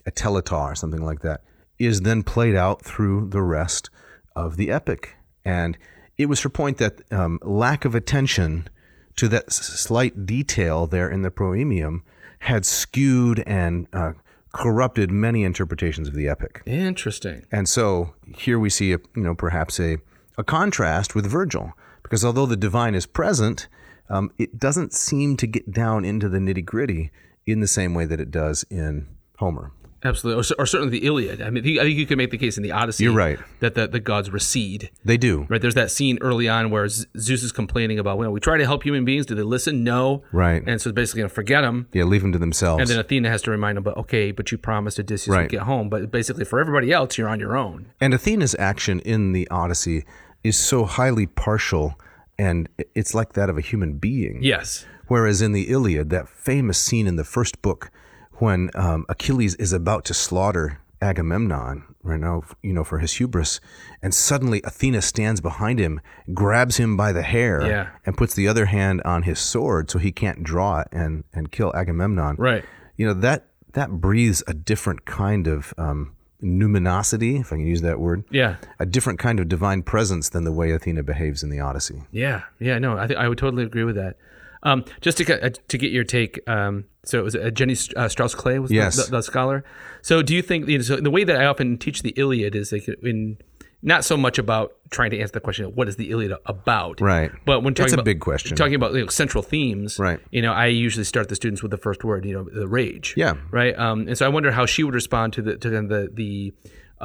B: a teletar or something like that, is then played out through the rest of the epic. And it was her point that um, lack of attention to that s- slight detail there in the proemium had skewed and uh, corrupted many interpretations of the epic.
A: Interesting.
B: And so here we see, a, you know, perhaps a, a contrast with Virgil, because although the divine is present, um, it doesn't seem to get down into the nitty gritty in the same way that it does in Homer.
A: Absolutely. Or, cer- or certainly the Iliad. I mean, the- I think you could make the case in the Odyssey.
B: You're right.
A: That the, the gods recede.
B: They do.
A: Right. There's that scene early on where Z- Zeus is complaining about, well, we try to help human beings. Do they listen? No.
B: Right.
A: And so basically, going to forget them.
B: Yeah, leave them to themselves.
A: And then Athena has to remind him, but okay, but you promised Odysseus
B: Right.
A: would get home. But basically, for everybody else, you're on your own.
B: And Athena's action in the Odyssey is so highly partial, and it's like that of a human being.
A: Yes.
B: Whereas in the Iliad, that famous scene in the first book when um, Achilles is about to slaughter Agamemnon, right now, you know, for his hubris, and suddenly Athena stands behind him, grabs him by the hair,
A: Yeah.
B: and puts the other hand on his sword so he can't draw it and, and kill Agamemnon.
A: Right.
B: You know, that, that breathes a different kind of um, numinosity, if I can use that word,
A: Yeah.
B: a different kind of divine presence than the way Athena behaves in the Odyssey.
A: Yeah, yeah, no, I think I would totally agree with that. Um, just to get, uh, to get your take, um, so it was uh, Jenny St- uh, Strauss Clay was the-
B: Yes.
A: the, the scholar. So do you think you know, so the way that I often teach the Iliad is like in not so much about trying to answer the question what is the Iliad about,
B: Right.
A: But when talking
B: It's a
A: about
B: big question.
A: talking about you know, central themes,
B: Right.
A: You know, I usually start the students with the first word, you know, the rage,
B: Yeah.
A: right. Um, and so I wonder how she would respond to the to the the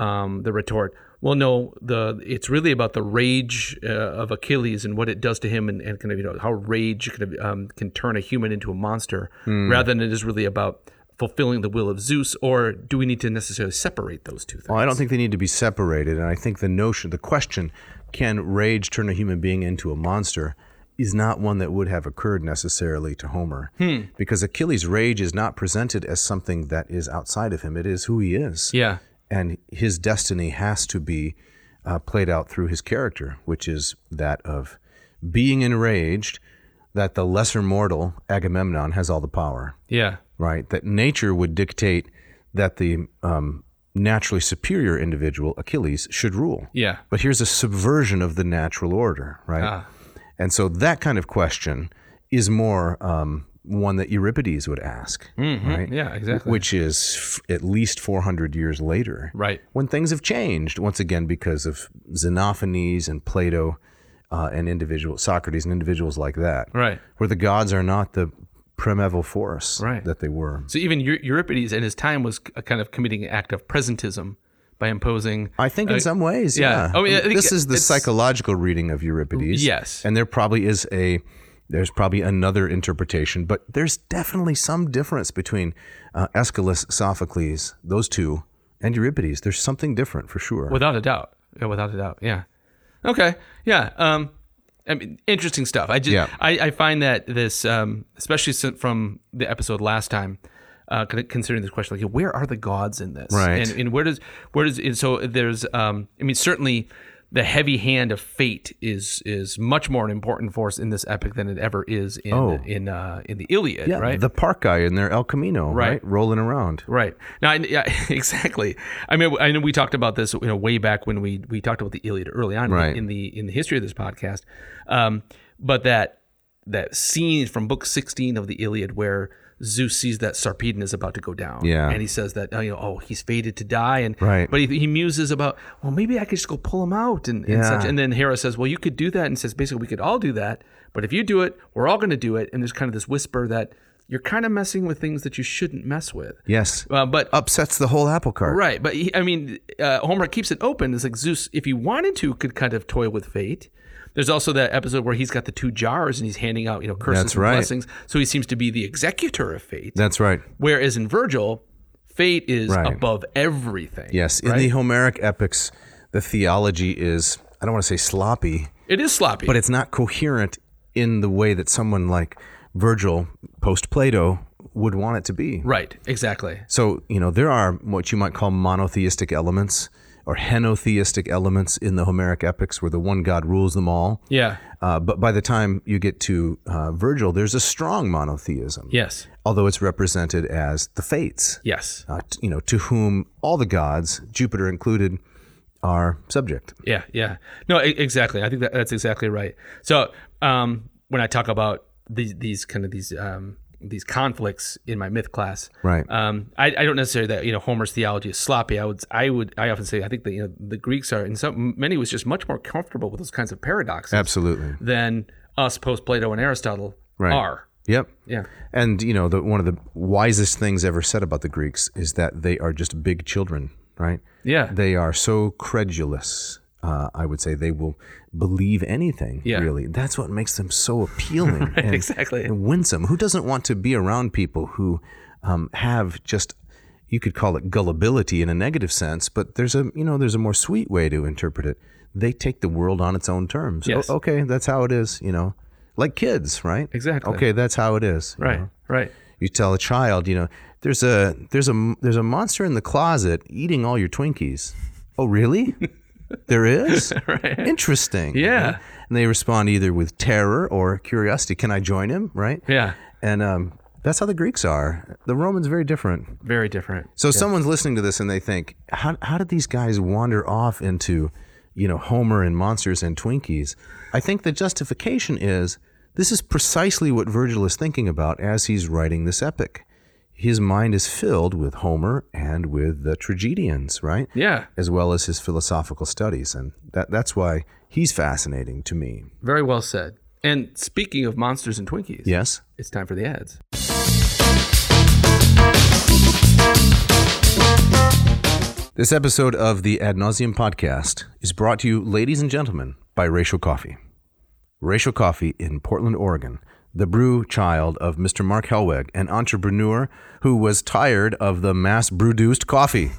A: um, the retort. Well, no, the it's really about the rage uh, of Achilles and what it does to him, and, and kind of you know how rage kind of, um, can turn a human into a monster,
B: Hmm.
A: rather than it is really about fulfilling the will of Zeus. Or do we need to necessarily separate those two things?
B: Well, I don't think they need to be separated. And I think the notion, the question, can rage turn a human being into a monster, is not one that would have occurred necessarily to Homer. Because Achilles' rage is not presented as something that is outside of him, it is who he is.
A: yeah,
B: And his destiny has to be uh, played out through his character, which is that of being enraged that the lesser mortal, Agamemnon, has all the power
A: yeah,
B: right? That nature would dictate that the um, naturally superior individual, Achilles, should rule.
A: yeah,
B: But here's a subversion of the natural order, right?
A: Ah.
B: And so that kind of question is more um, one that Euripides would ask, right?
A: yeah, exactly.
B: Which is f- at least 400 years later
A: Right.
B: when things have changed once again because of Xenophanes and Plato uh, and individual Socrates and individuals like that,
A: Right.
B: Where the gods are not the primeval force
A: Right.
B: that they were.
A: So even Eu- Euripides in his time was a kind of committing an act of presentism by imposing.
B: I think in some ways, yeah.
A: Uh, yeah. I mean, I think
B: this is the
A: it's-
B: psychological reading of Euripides.
A: Yes.
B: and there probably is a there's probably another interpretation, but there's definitely some difference between uh, Aeschylus, Sophocles, those two, and Euripides. There's something different for sure.
A: Without a doubt. Yeah, without a doubt. Yeah. Okay. Yeah. Um, I mean, interesting stuff. I just,
B: Yeah.
A: I, I find that this, um, especially sin- from the episode last time, uh, con- considering this question, like, where are the gods in this?
B: Right.
A: And, and where does, where does, and so there's, um, I mean, certainly the heavy hand of fate is, is much more an important force in this epic than it ever is in, in, uh, in the Iliad,
B: Oh. yeah,
A: right?
B: the park guy in there, El Camino, right,
A: Right.
B: rolling around.
A: Right now, I, yeah, [laughs] exactly. I mean, I know we talked about this, you know, way back when we we talked about the Iliad early on
B: Right.
A: in the in the history of this podcast. Um, but that that scene from Book 16 of the Iliad where Zeus sees that Sarpedon is about to go down.
B: Yeah.
A: And he says that, uh, you know, oh, he's fated to die. And,
B: Right.
A: But he, he muses about, well, maybe I could just go pull him out and, and
B: Yeah.
A: such. And then Hera says, well, you could do that. And says, basically, we could all do that. But if you do it, we're all going to do it. And there's kind of this whisper that you're kind of messing with things that you shouldn't mess with.
B: Yes.
A: Uh, but
B: Upsets the whole apple cart.
A: Right, but he, I mean, uh, Homer keeps it open. It's like Zeus, if he wanted to, could kind of toy with fate. There's also that episode where he's got the two jars and he's handing out, you know, curses
B: That's
A: and
B: right.
A: blessings. So he seems to be the executor of fate.
B: That's right.
A: Whereas in Virgil, fate is
B: Right.
A: above everything.
B: Yes. In
A: right?
B: the Homeric epics, the theology is, I don't want to say sloppy,
A: it is sloppy.
B: but it's not coherent in the way that someone like Virgil, post Plato, would want it to be.
A: right, exactly.
B: So, you know, there are what you might call monotheistic elements or henotheistic elements in the Homeric epics where the one God rules them all.
A: Yeah.
B: Uh, but by the time you get to uh, Virgil, there's a strong monotheism,
A: Yes.
B: although it's represented as the fates,
A: Yes.
B: uh, t- you know, to whom all the gods, Jupiter included, are subject.
A: Yeah, yeah. No, e- exactly. I think that, that's exactly right. So um, when I talk about these, these kind of these um, these conflicts in my myth class,
B: Right.
A: Um, I, I don't necessarily that you know Homer's theology is sloppy. I would I would I often say I think that you know the Greeks are in some many was just much more comfortable with those kinds of paradoxes
B: Absolutely.
A: than us post Plato and Aristotle
B: Right.
A: are.
B: Yep.
A: Yeah.
B: And, you know, the, one of the wisest things ever said about the Greeks is that they are just big children, right?
A: Yeah.
B: they are so credulous. Uh, I would say they will believe anything.
A: Yeah.
B: Really, that's what makes them
A: [laughs]
B: so appealing and,
A: exactly.
B: and winsome. Who doesn't want to be around people who um, have just you could call it gullibility in a negative sense, but there's a you know there's a more sweet way to interpret it. They take the world on its own terms. O-
A: Yes.
B: okay, that's how it is. You know, like kids, right?
A: Exactly.
B: Okay, that's how it is. you
A: right.
B: know?
A: Right.
B: you tell a child, you know, there's a there's a there's a monster in the closet eating all your Twinkies.
A: [laughs]
B: Oh, really? there is. Interesting.
A: Yeah.
B: And they respond either with terror or curiosity. Can I join him? Right.
A: Yeah.
B: And um, that's how the Greeks are. The Romans very different.
A: Very different.
B: So someone's listening to this and they think, how how did these guys wander off into, you know, Homer and monsters and Twinkies? I think the justification is this is precisely what Virgil is thinking about as he's writing this epic. His mind is filled with Homer and with the tragedians, right?
A: Yeah.
B: As well as his philosophical studies, and that that's why he's fascinating to me.
A: Very well said. And speaking of monsters and Twinkies,
B: Yes.
A: it's time for the ads.
B: This episode of the Ad Nauseum podcast is brought to you, ladies and gentlemen, by Racial Coffee. Racial Coffee in Portland, Oregon, the brew child of Mr. Mark Helweg, an entrepreneur who was tired of the mass
A: [laughs]
B: produced coffee.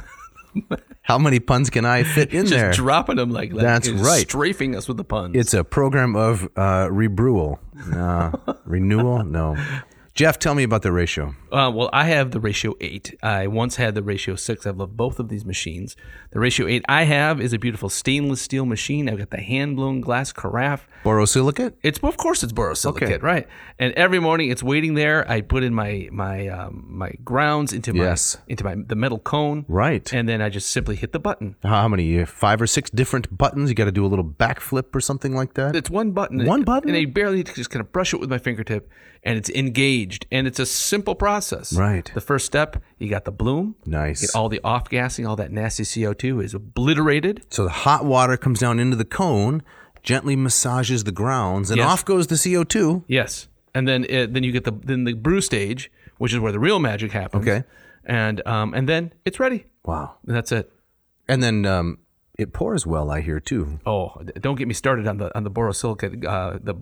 B: How many puns can I fit in
A: Just
B: there?
A: dropping them like that.
B: That's
A: Just
B: right.
A: Strafing us with the puns.
B: it's a program of uh, rebrewal.
A: [laughs]
B: Uh, renewal? No. Jeff, tell me about the ratio.
A: Uh, well, I have the ratio eight. I once had the ratio six. I've loved both of these machines. The ratio eight I have is a beautiful stainless steel machine. I've got the hand blown glass carafe.
B: Borosilicate?
A: It's of course it's borosilicate,
B: Okay.
A: right? And every morning it's waiting there. I put in my my um, my grounds into my
B: Yes.
A: into my the metal cone,
B: Right.
A: And then I just simply hit the button.
B: How many? Five or six different buttons? You got to do a little backflip or something like that?
A: It's one button.
B: One button?
A: And I barely need to just kind of brush it with my fingertip, and it's engaged. And it's a simple process.
B: Right.
A: The first step, you got the bloom.
B: Nice.
A: Get all the off gassing, all that nasty CO2 is obliterated.
B: So the hot water comes down into the cone, gently massages the grounds, and
A: Yes.
B: off goes the CO2.
A: Yes. And then uh then you get the then the brew stage, which is where the real magic happens.
B: Okay.
A: And um and then it's ready.
B: Wow.
A: And that's it.
B: And then um, it pours well, I hear, too.
A: Oh, d- don't get me started on the on the borosilicate, uh, the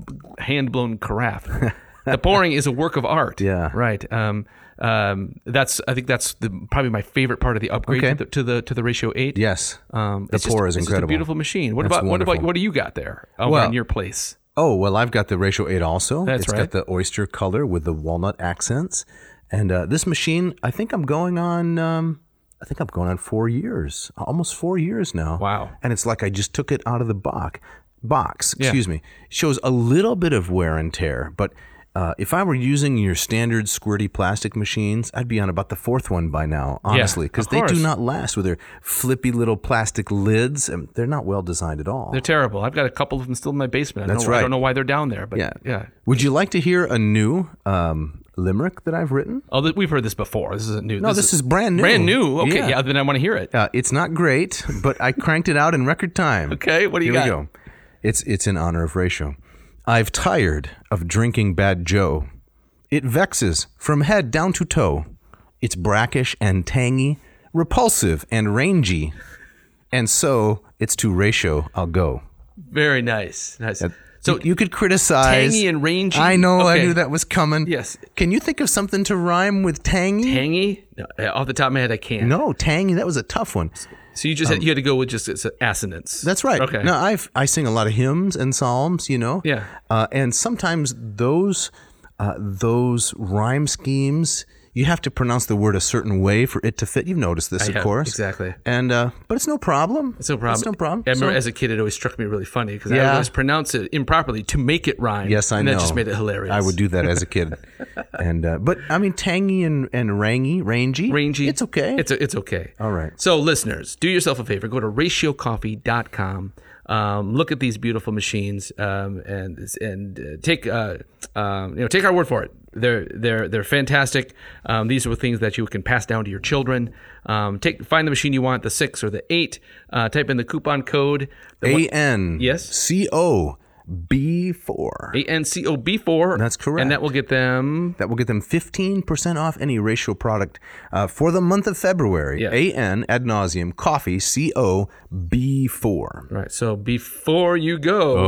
A: hand blown carafe. the pouring is a work of art.
B: [laughs] Yeah.
A: Right. Um, um, that's I think that's the, probably my favorite part of the upgrade to,
B: Okay.
A: the, to the to the ratio eight.
B: Yes.
A: Um,
B: The
A: it's just-
B: pour is
A: it's just
B: incredible.
A: a beautiful machine. What
B: That's
A: about what
B: wonderful.
A: about what do you got there over
B: Well-
A: in your place?
B: Oh, well, I've got the ratio 8 also.
A: That's
B: It's
A: right.
B: got the oyster color with the walnut accents. And uh, this machine, I think I'm going on. Um, I think I'm going on four years, almost four years now.
A: Wow.
B: And it's like I just took it out of the box. Box, excuse me. Shows a little bit of wear and tear, but uh, if I were using your standard squirty plastic machines, I'd be on about the fourth one by now, honestly,
A: of
B: because they do
A: course.
B: not last with their flippy little plastic lids, and they're not well designed at all.
A: They're terrible. I've got a couple of them still in my basement. I
B: Oh. That's
A: don't know, I
B: right.
A: don't know why they're down there, but
B: Yeah.
A: yeah.
B: Would you like to hear a new um, limerick that I've written.
A: Oh, th- we've heard this before. This isn't new.
B: No, this, is, brand new.
A: brand new. Okay, yeah.
B: Yeah.
A: then I want to hear it.
B: Uh, it's not great, but I cranked it out in record time.
A: Okay, what do you
B: Here
A: got?
B: we go. It's it's in honor of Ratio. I've tired of drinking bad Joe. It vexes from head down to toe. It's brackish and tangy, repulsive and rangy, and so it's to Ratio I'll go.
A: Very nice, nice. So
B: So you could criticize
A: Tangy and rangy?
B: I know, I
A: Okay.
B: knew that was coming.
A: Yes.
B: Can you think of something to rhyme with tangy?
A: tangy? No, off the top of my head, I can't.
B: no, tangy. That was a tough one.
A: So you just had, you had to go with just it's assonance.
B: Um, That's right.
A: Okay.
B: No, I I sing a lot of hymns and psalms, you know.
A: Yeah.
B: Uh, and sometimes those uh, those rhyme schemes, you have to pronounce the word a certain way for it to fit. You've noticed this, of
A: have,
B: course.
A: exactly.
B: And uh, but it's no problem.
A: It's no problem.
B: It's no problem.
A: I remember
B: So-
A: as a kid, it always struck me really funny because I would
B: Yeah.
A: always pronounce it improperly to make it rhyme.
B: yes, I
A: and
B: know.
A: That just made it hilarious.
B: I would do that as a
A: [laughs]
B: kid. and uh, but I mean, tangy and and rangy, rangy,
A: rangy.
B: It's okay.
A: It's it's okay.
B: All right.
A: So listeners, do yourself a favor. Go to ratiocoffee.com. Um, look at these beautiful machines um, and and uh, take uh, um, you know take our word for it. They're they're they're fantastic. Um, these are things that you can pass down to your children. Um, take find the machine you want, the six or the eight. Uh, type in the coupon code the one-
B: A N
A: Yes.
B: C O B four.
A: ANCOB4.
B: That's correct.
A: And that will get them
B: That will get them 15% off any racial product uh, for the month of February.
A: Yeah.
B: AN ad nauseum coffee C O B 4.
A: right. So before you go.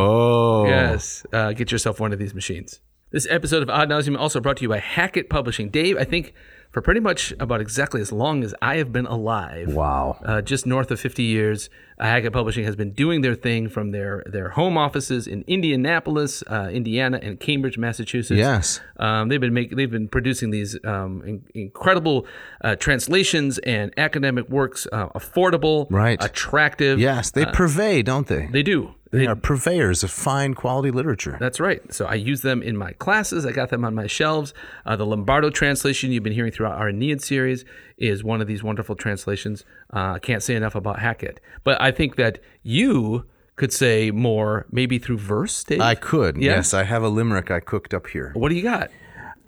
B: Oh.
A: Yes. Uh, get yourself one of these machines. This episode of Odd Nauseam also brought to you by Hackett Publishing. Dave, I think for pretty much about exactly as long as I have been alive,
B: Wow.
A: uh, just north of 50 years, uh, Hackett Publishing has been doing their thing from their, their home offices in Indianapolis, uh, Indiana, and Cambridge, Massachusetts.
B: Yes.
A: Um, they've been make, they've been producing these um, in, incredible uh, translations and academic works, uh, affordable,
B: Right.
A: attractive.
B: Yes. They purvey, don't they?
A: uh, they Uh, do.
B: They are purveyors of fine quality literature.
A: That's right. So I use them in my classes. I got them on my shelves. Uh, the Lombardo translation you've been hearing throughout our Aeneid series is one of these wonderful translations. Uh, I can't say enough about Hackett, but I think that you could say more, maybe through verse. Dave?
B: I could.
A: Yeah?
B: Yes. I have a limerick I cooked up here.
A: What do you got?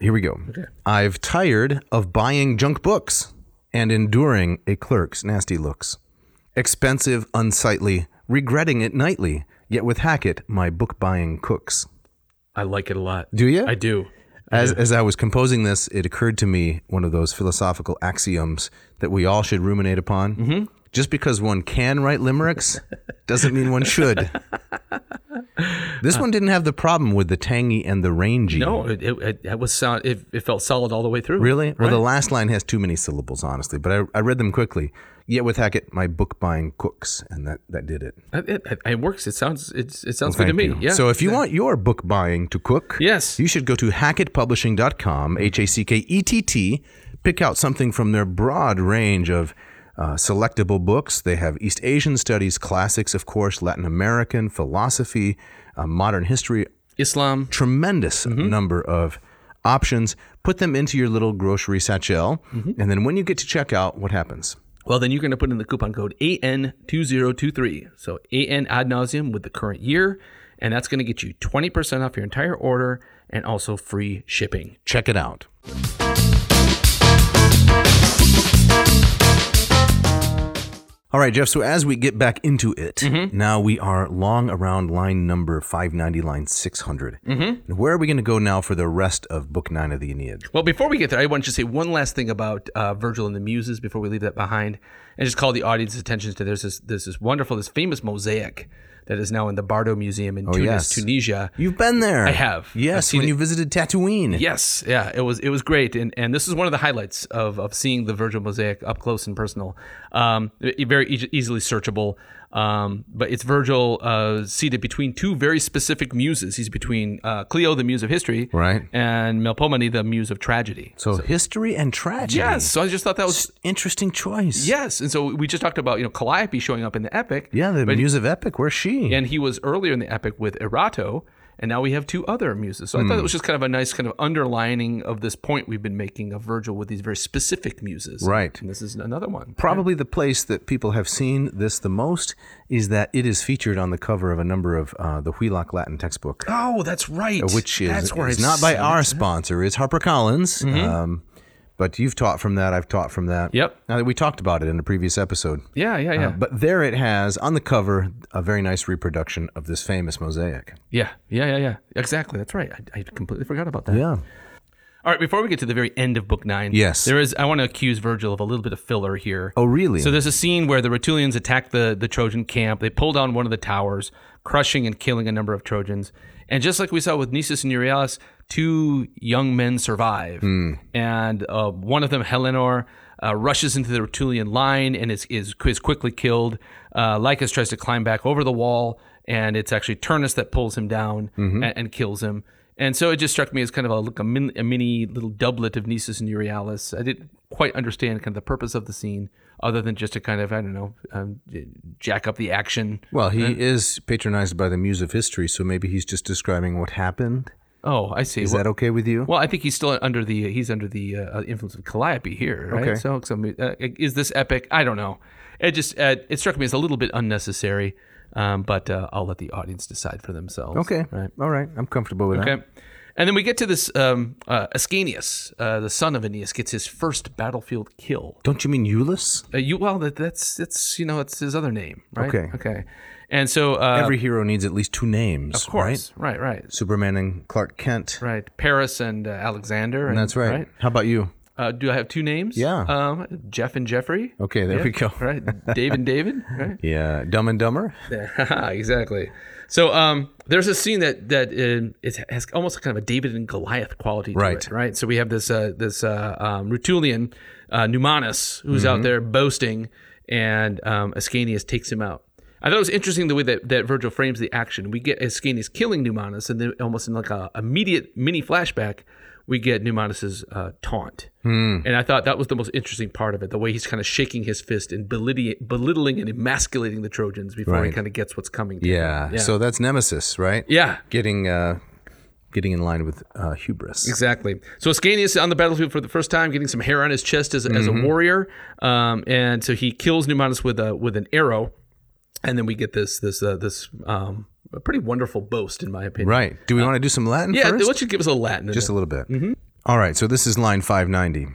B: Here we go. I've tired of buying junk books and enduring a clerk's nasty looks. Expensive, unsightly, regretting it nightly, yet with Hackett, my book buying cooks.
A: I like it a lot.
B: Do you?
A: I do.
B: As, as I was composing this, it occurred to me one of those philosophical axioms that we all should ruminate upon. Mm-hmm. Just because one can write limericks doesn't mean one should. This one didn't have the problem with the tangy and the rangy.
A: No, it, it, it was sound. It, it felt solid all the way through.
B: Really? Well, the last line has too many syllables, honestly, but I, I read them quickly. Yet with Hackett, my book buying cooks, and that, that did it.
A: It, it, it works. It sounds. It's, it sounds
B: Thank
A: good to me.
B: you.
A: Yeah.
B: So if you want your book buying to cook,
A: Yes.
B: you should go to hackettpublishing.com, H A C K E T T, pick out something from their broad range of uh, selectable books. They have East Asian studies, classics, of course, Latin American, philosophy, uh, modern history,
A: Islam.
B: tremendous
A: Mm-hmm.
B: number of options. Put them into your little grocery satchel,
A: Mm-hmm.
B: and then when you get to checkout, what happens?
A: Well, then you're going to put in the coupon code AN2023. So AN ad nauseum with the current year. And that's going to get you 20% off your entire order and also free shipping.
B: Check it out. All right, Jeff. So as we get back into it,
A: Mm-hmm.
B: now we are long around line number 590, line 600.
A: Mm-hmm.
B: And where are we going to go now for the rest of Book Nine of the Aeneid?
A: Well, before we get there, I want to just say one last thing about uh, Virgil and the Muses before we leave that behind, and just call the audience's attention to there's this there's this wonderful, this famous mosaic that is now in the Bardo Museum in Tunis,
B: yes.
A: Tunisia.
B: You've been there. I
A: have. I've
B: Yes,
A: seen
B: when
A: it.
B: you visited Tatooine.
A: Yes, yeah, it was it was great, and and this is one of the highlights of of seeing the Virgil mosaic up close and personal. Um, e- very eas- easily searchable. Um, but it's Virgil uh, seated between two very specific muses. He's between uh, Clio, the muse of history,
B: Right.
A: and Melpomene, the muse of tragedy.
B: So, history and tragedy.
A: Yes, so I just thought that was
B: Interesting choice.
A: yes, and so we just talked about you know Calliope showing up in the epic.
B: Yeah, the
A: but
B: muse of epic. Where's she?
A: and he was earlier in the epic with Erato, and now we have two other muses. So I thought it was just kind of a nice kind of underlining of this point we've been making of Virgil with these very specific muses.
B: Right.
A: And this is another one.
B: Probably the place that people have seen this the most is that it is featured on the cover of a number of uh, the Wheelock Latin textbook,
A: Oh, that's right.
B: which is,
A: that's where
B: is
A: I've
B: not by
A: seen
B: our
A: it. Mm-hmm.
B: sponsor. It's HarperCollins. Um, but you've taught from that. I've taught from that.
A: Yep.
B: Now that we talked about it in a previous episode.
A: Yeah, yeah, yeah.
B: But there it has on the cover a very nice reproduction of this famous mosaic.
A: yeah, yeah, yeah, yeah. Exactly. That's right. I, I completely forgot about that.
B: Yeah.
A: All right, before we get to the very end of book nine,
B: Yes.
A: there is. I want to accuse Virgil of a little bit of filler here.
B: Oh, really?
A: So there's a scene where the Rotulians attack the the Trojan camp. They pull down one of the towers, crushing and killing a number of Trojans. And just like we saw with Nisus and Euryalus, two young men survive, and uh, one of them, Helenor. Uh, rushes into the Rotulian line and is, is, is quickly killed. Uh, Lycus tries to climb back over the wall, and it's actually Turnus that pulls him down and, and kills him. And so it just struck me as kind of a, like a, min, a mini little doublet of Nisus and Euryalus. I didn't quite understand kind of the purpose of the scene, other than just to kind of I don't know, um, jack up the action.
B: well, he is patronized by the muse of history, so maybe he's just describing what happened.
A: Oh, I see.
B: Is
A: well,
B: that okay with you?
A: well, I think he's still under the he's under the uh, influence of Calliope here, right?
B: Okay.
A: So, so, uh, is this epic? I don't know. It just uh, it struck me as a little bit unnecessary, um, but uh, I'll let the audience decide for themselves.
B: okay.
A: Right.
B: All right. I'm comfortable with that.
A: Okay. And then we get to this um, uh, Ascanius, uh, the son of Aeneas, gets his first battlefield kill.
B: Don't you mean Euless?
A: Uh, you well, that, that's that's you know, it's his other name, right?
B: Okay.
A: Okay. And so, uh,
B: Every hero needs at least two names.
A: of course, right, right, right.
B: Superman and Clark Kent.
A: Paris and uh, Alexander. And,
B: That's right. How about you?
A: Uh, do I have two names?
B: Yeah.
A: Um, Jeff and Jeffrey.
B: Okay, there
A: Yeah,
B: we go.
A: Right. Dave and
B: [laughs]
A: David. Right. [laughs]
B: Yeah, Dumb and Dumber.
A: Yeah, exactly. So um, there's a scene that that um, it has almost kind of a David and Goliath quality to
B: Right.
A: it, right? So we have this uh, this uh, um, Rutulian uh, Numanus who's
B: Mm-hmm.
A: out there boasting, and um, Ascanius takes him out. I thought it was interesting the way that, that Virgil frames the action. We get Ascanius killing Numanus, and then almost in like a immediate mini flashback, we get Numanus's uh, taunt.
B: Hmm.
A: And I thought that was the most interesting part of it, the way he's kind of shaking his fist and belitti- belittling and emasculating the Trojans before he
B: Right.
A: kind of gets what's coming. To him.
B: Yeah. So that's Nemesis, right?
A: Yeah.
B: Getting uh, getting in line with uh, hubris.
A: Exactly. So Ascanius on the battlefield for the first time, getting some hair on his chest as, as a
B: Mm-hmm.
A: warrior, um, and so he kills Numanus with a with an arrow, and then we get this this uh, this um, a pretty wonderful boast, in my opinion.
B: Right. Do we want to do some Latin
A: Uh, Yeah.
B: first?
A: Why don't you give us a Latin? in
B: Just a
A: it?
B: little bit.
A: Mm-hmm.
B: All right. So this is line 590.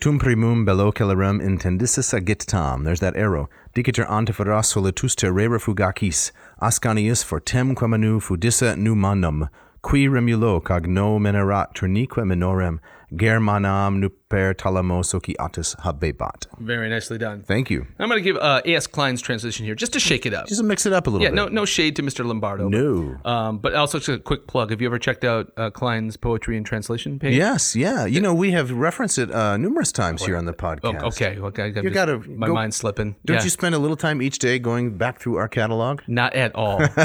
B: Tum primum bello celerem intendicis agitam. There's that arrow. Diciter antiferas solitusta rera fugacis. Ascanius fortem quemanu fudissa numanum. Qui remulo cogno menerat trinique minorem. Germanam nuper talamo sociatus habebat.
A: Very nicely done.
B: Thank you.
A: I'm going to give uh, A.S. Klein's translation here, just to shake it up.
B: Just to mix it up a little
A: yeah.
B: bit.
A: No. No shade to Mr. Lombardo.
B: No.
A: Um, but also just a quick plug. Have you ever checked out uh, Klein's poetry and translation page?
B: Yes, yeah. You know, we have referenced it uh, numerous times here on the podcast.
A: Oh, okay. Okay. You
B: gotta
A: my
B: go-
A: mind's slipping.
B: Don't
A: Yeah.
B: you spend a little time each day going back through our catalog?
A: Not at
B: [laughs]
A: all. right.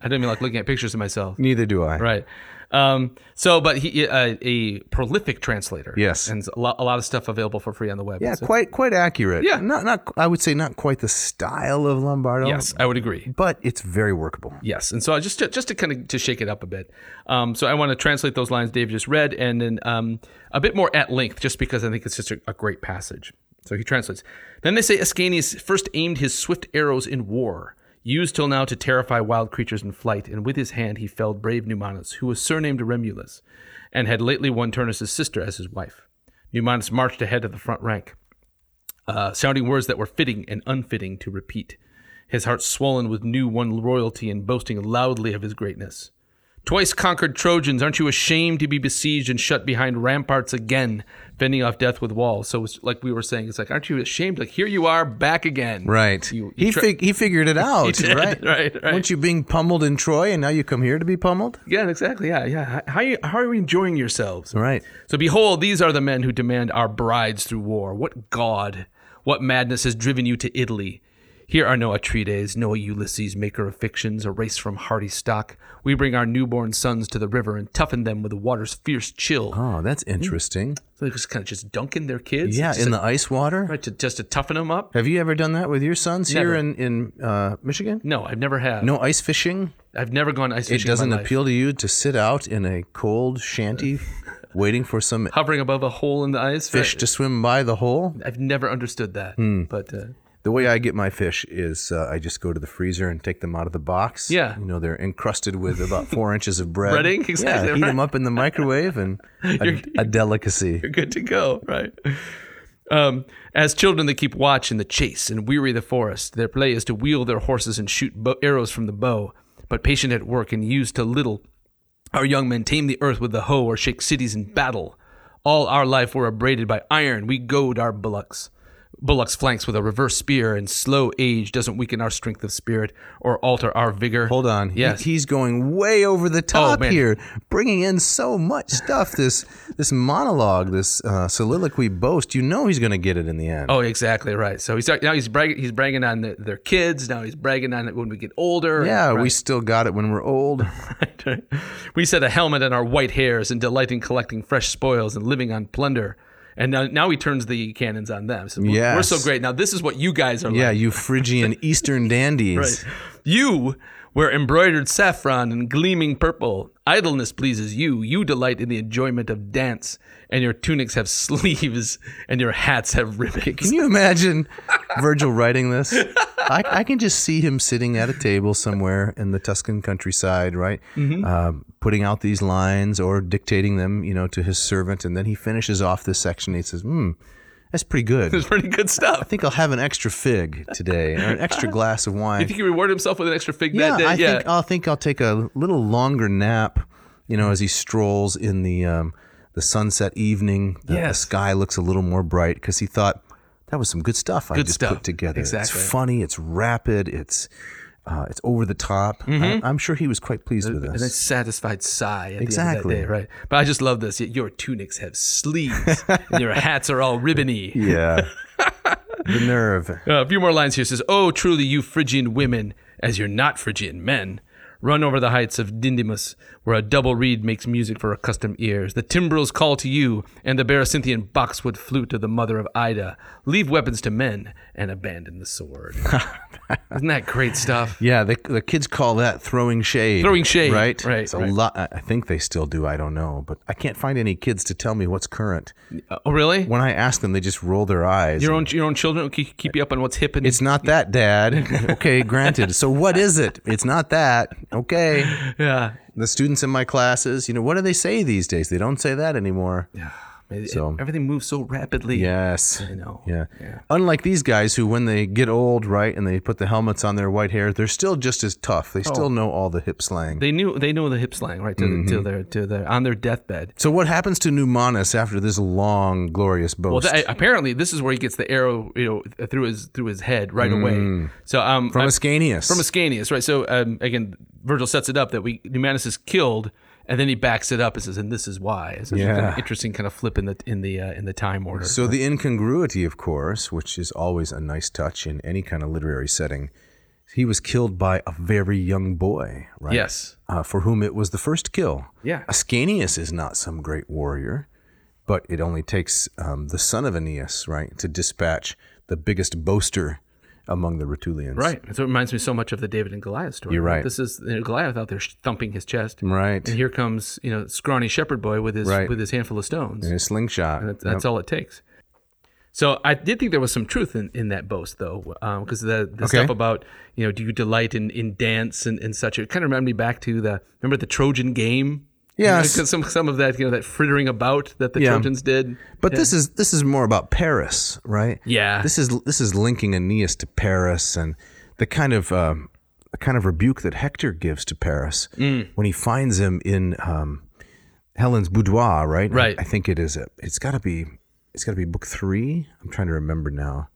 A: I don't even like looking at pictures of myself.
B: Neither do I.
A: Right. Um, so, but he uh, a prolific translator.
B: Yes.
A: And a lot, a lot of stuff available for free on the web.
B: Yeah,
A: So-
B: quite quite accurate.
A: Yeah.
B: Not not I would say not quite the style of Lombardo.
A: yes, I would agree.
B: But it's very workable.
A: Yes, and so I just to, just to kind of to shake it up a bit. Um, so I want to translate those lines Dave just read, and then um, a bit more at length, just because I think it's just a, a great passage. So he translates. Then they say Ascanius first aimed his swift arrows in war, used till now to terrify wild creatures in flight, and with his hand he felled brave Numanus, who was surnamed Remulus, and had lately won Turnus' sister as his wife. Numanus marched ahead of the front rank uh, sounding words that were fitting and unfitting to repeat. His heart swollen with new won royalty and boasting loudly of his greatness. Twice conquered Trojans, aren't you ashamed to be besieged and shut behind ramparts again, fending off death with walls? So it's like we were saying, it's like, aren't you ashamed? Like here you are, back again.
B: Right.
A: You-
B: he
A: you try-
B: fig- he
A: [laughs]
B: figured it out,
A: did,
B: right?
A: right, right.
B: Weren't you being pummeled in Troy and now you come here to be pummeled?
A: Yeah, exactly. Yeah, yeah. How you, how are you enjoying yourselves?
B: Right.
A: So behold, these are the men who demand our brides through war. What god, what madness has driven you to Italy? Here are no Atrides, no Ulysses, maker of fictions, a race from hardy stock. We bring our newborn sons to the river and toughen them with the water's fierce chill.
B: Oh, that's
A: Mm.
B: interesting.
A: So they're just kind of just dunking their kids.
B: Yeah,
A: just
B: in
A: like-
B: the ice water.
A: right, to, just to toughen them up.
B: Have you ever done that with your sons
A: Never.
B: here in in uh, Michigan?
A: No, I've never had.
B: No ice fishing.
A: I've never gone ice
B: It
A: fishing. in my
B: doesn't
A: life.
B: appeal to you to sit out in a cold
A: [laughs]
B: shanty, waiting for some
A: Hovering above a hole in the ice.
B: fish Hmm. to swim by the hole.
A: I've never understood that. But uh,
B: The way I get my fish is uh, I just go to the freezer and take them out of the box.
A: Yeah.
B: you know they're encrusted with
A: [laughs]
B: about four inches of bread.
A: Breading? Exactly,
B: Yeah, heat
A: right.
B: them up in the
A: [laughs]
B: microwave and a, a delicacy.
A: you're [laughs] good to go, right? Um, as children, they keep watch in the chase and weary the forest. Their play is to wheel their horses and shoot bo- arrows from the bow. But patient at work and used to little, our young men tame the earth with the hoe or shake cities in battle. All our life we're abraded by iron. We goad our bullocks, bullocks flanks with a reverse spear. And slow age doesn't weaken our strength of spirit or alter our vigor.
B: Hold on. He-
A: Yes. Oh,
B: he's going way over the top
A: man.
B: here, bringing in so much stuff. This this monologue, this uh, soliloquy boast. You know he's going to get it in the end.
A: Oh, exactly right. So he's now he's bragging he's bragging on the, their kids. Now he's bragging on it when we get older.
B: yeah, we still got it when
A: [laughs]
B: we're old.
A: we set a helmet on our white hairs and delight in collecting fresh spoils and living on plunder. And now, now he turns the cannons on them. So we're, we're
B: Yes.
A: so great. Now this is what you guys are
B: Yeah,
A: like.
B: you Phrygian Eastern dandies.
A: [laughs] Right. You wear embroidered saffron and gleaming purple. Idleness pleases you. You delight in the enjoyment of dance. And your tunics have [laughs] sleeves and your hats have ribbons.
B: Can you imagine Virgil writing this? I, I can just see him sitting at a table somewhere in the Tuscan countryside, right? Uh, putting out these lines or dictating them, you know, to his servant, and then he finishes off this section. And he says, "Hmm, that's pretty good. I
A: It's pretty good stuff.
B: think I'll have an extra fig today, or an extra glass of wine."
A: You think he rewarded himself with an extra fig
B: yeah,
A: that day?
B: I
A: yeah.
B: think I'll think I'll take a little longer nap, you know, as he strolls in the um, the sunset evening. The, the
A: Yes.
B: sky looks a little more bright because he thought that was some good stuff I
A: Good
B: just
A: stuff.
B: put together.
A: Exactly.
B: It's funny. It's rapid. It's uh, it's over the top. I, am sure he was quite pleased with
A: Mm-hmm. Uh, [laughs] And a
B: us.
A: satisfied sigh at
B: Exactly.
A: the end of that day, right? But I just love this. Your tunics have
B: [laughs]
A: sleeves, and your hats are all ribbony. [laughs]
B: Yeah, the nerve.
A: Uh, a few more lines here says, "Oh, truly, you Phrygian women, as you're not Phrygian men, run over the heights of Dindymus, where a double reed makes music for accustomed ears. The timbrels call to you, and the Barasinthian boxwood flute of the mother of Ida. Leave weapons to men and abandon the
B: [laughs]
A: sword." Isn't that great stuff?
B: Yeah, the, the kids call that throwing shade.
A: Throwing shade,
B: right?
A: right,
B: It's a
A: right.
B: lot. I I think they still do. I don't know, but I can't find any kids to tell me what's current.
A: Oh, really?
B: When I ask them, they just roll their eyes.
A: Your own your own children will keep keep you up on what's hip and
B: It's not that, Dad. Okay, granted. So what is it? It's not that. Okay.
A: [laughs] yeah.
B: The students in my classes, you know, what do they say these days? They don't say that anymore.
A: It- it-
B: So-
A: everything moves so rapidly.
B: Yes.
A: You know.
B: Yeah. Unlike these guys who, when they get old, right, and they put the helmets on their white hair, they're still just as tough. They still know all the hip slang.
A: Oh. They knew they know the hip slang right to, the, to
B: Mm-hmm.
A: their to their on their deathbed.
B: so what happens to Numanus after this long, glorious
A: Well,
B: boast?
A: th- apparently this is where he gets the arrow, you know, through his through his head right away. So um,
B: Mm. from
A: I-
B: Ascanius.
A: from Ascanius, right? So um, again, Virgil sets it up that we Numanus is killed, and then he backs it up and says, "And this is why." So it's kind
B: Yeah.
A: of interesting kind of flip in the in the uh, in the time order.
B: So the incongruity, of course, which is always a nice touch in any kind of literary setting, he was killed by a very young boy, right?
A: yes,
B: Uh, for whom it was the first kill.
A: Yeah.
B: Ascanius is not some great warrior, but it only takes um, the son of Aeneas, right, to dispatch the biggest boaster among the Rutulians.
A: right. So it reminds me so much of the David and Goliath story.
B: You're right.
A: This is you know, Goliath out there thumping his chest.
B: Right.
A: And here comes, you know, scrawny shepherd boy with his
B: Right.
A: with his handful of stones.
B: In a slingshot.
A: That- That's all it takes. So I did think there was some truth in, in that boast, though, because the, the
B: Okay.
A: stuff about you know, do you delight in, in dance and, and such? It kind of reminded me back to the remember the Trojan game.
B: Yes.
A: You know, some some of that you know that frittering about that the
B: Yeah.
A: Trojans did.
B: But this is this is more about Paris, right?
A: Yeah.
B: This is this is linking Aeneas to Paris and the kind of um, the kind of rebuke that Hector gives to Paris
A: Mm.
B: when he finds him in um, Helen's boudoir, right? I-
A: Right.
B: I, think it is. A, it's got to be. It's got to be book three. I'm trying to remember now.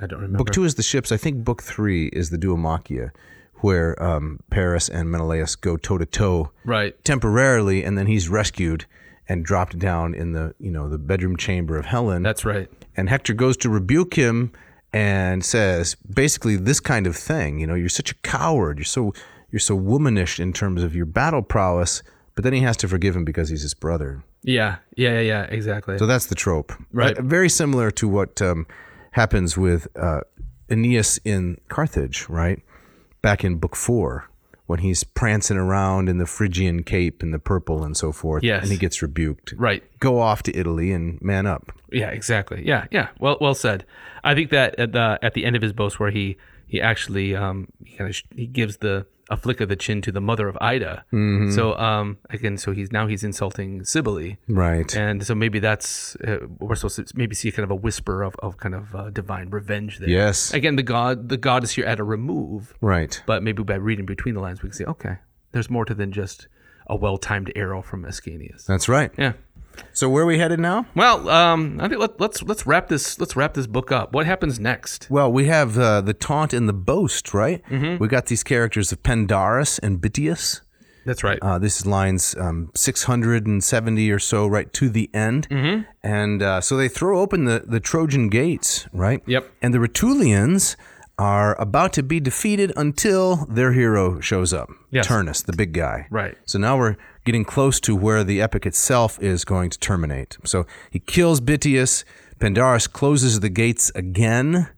A: I don't remember.
B: Book two is the ships. I think book three is the Duomachia, where um, Paris and Menelaus go toe to toe
A: Right.
B: temporarily, and then he's rescued and dropped down in the you know the bedroom chamber of Helen
A: That's right.
B: and Hector goes to rebuke him and says basically this kind of thing. You know, you're such a coward. You're so you're so womanish in terms of your battle prowess. But then he has to forgive him because he's his brother.
A: Yeah, yeah, yeah, yeah, exactly.
B: So that's the trope,
A: Right.
B: Uh, very similar to what um, happens with uh, Aeneas in Carthage, right? Back in Book Four, when he's prancing around in the Phrygian cape and the purple and so forth,
A: Yes.
B: and he gets rebuked.
A: right.
B: Go off to Italy and man up.
A: Yeah, exactly. Yeah, yeah. Well, well said. I think that at the at the end of his boast, where he he actually um he kind of sh- he gives the a flick of the chin to the mother of Ida. So um again, so he's now he's insulting Sibylle,
B: Right.
A: and so maybe that's uh, we're supposed to maybe see kind of a whisper of of kind of uh, divine revenge there.
B: Yes.
A: Again, the god the god is here at a remove,
B: right.
A: but maybe by reading between the lines, we can say okay, there's more to than just a well timed arrow from Ascanius.
B: That's right.
A: Yeah.
B: So where are we headed now?
A: Well, um, I think let, let's let's wrap this let's wrap this book up. What happens next?
B: Well, we have uh, the taunt and the boast, right?
A: Mm-hmm.
B: We got these characters of Pandarus and Bitias.
A: That's right.
B: Uh, this is lines um, 670 or so, right to the end.
A: Mm-hmm.
B: And uh, so they throw open the, the Trojan gates, right?
A: Yep.
B: And the Rutulians are about to be defeated until their hero shows up
A: Yes.
B: Turnus, the big guy.
A: Right.
B: So now we're getting close to where the epic itself is going to terminate. So he kills Bitias. Pandarus closes the gates again.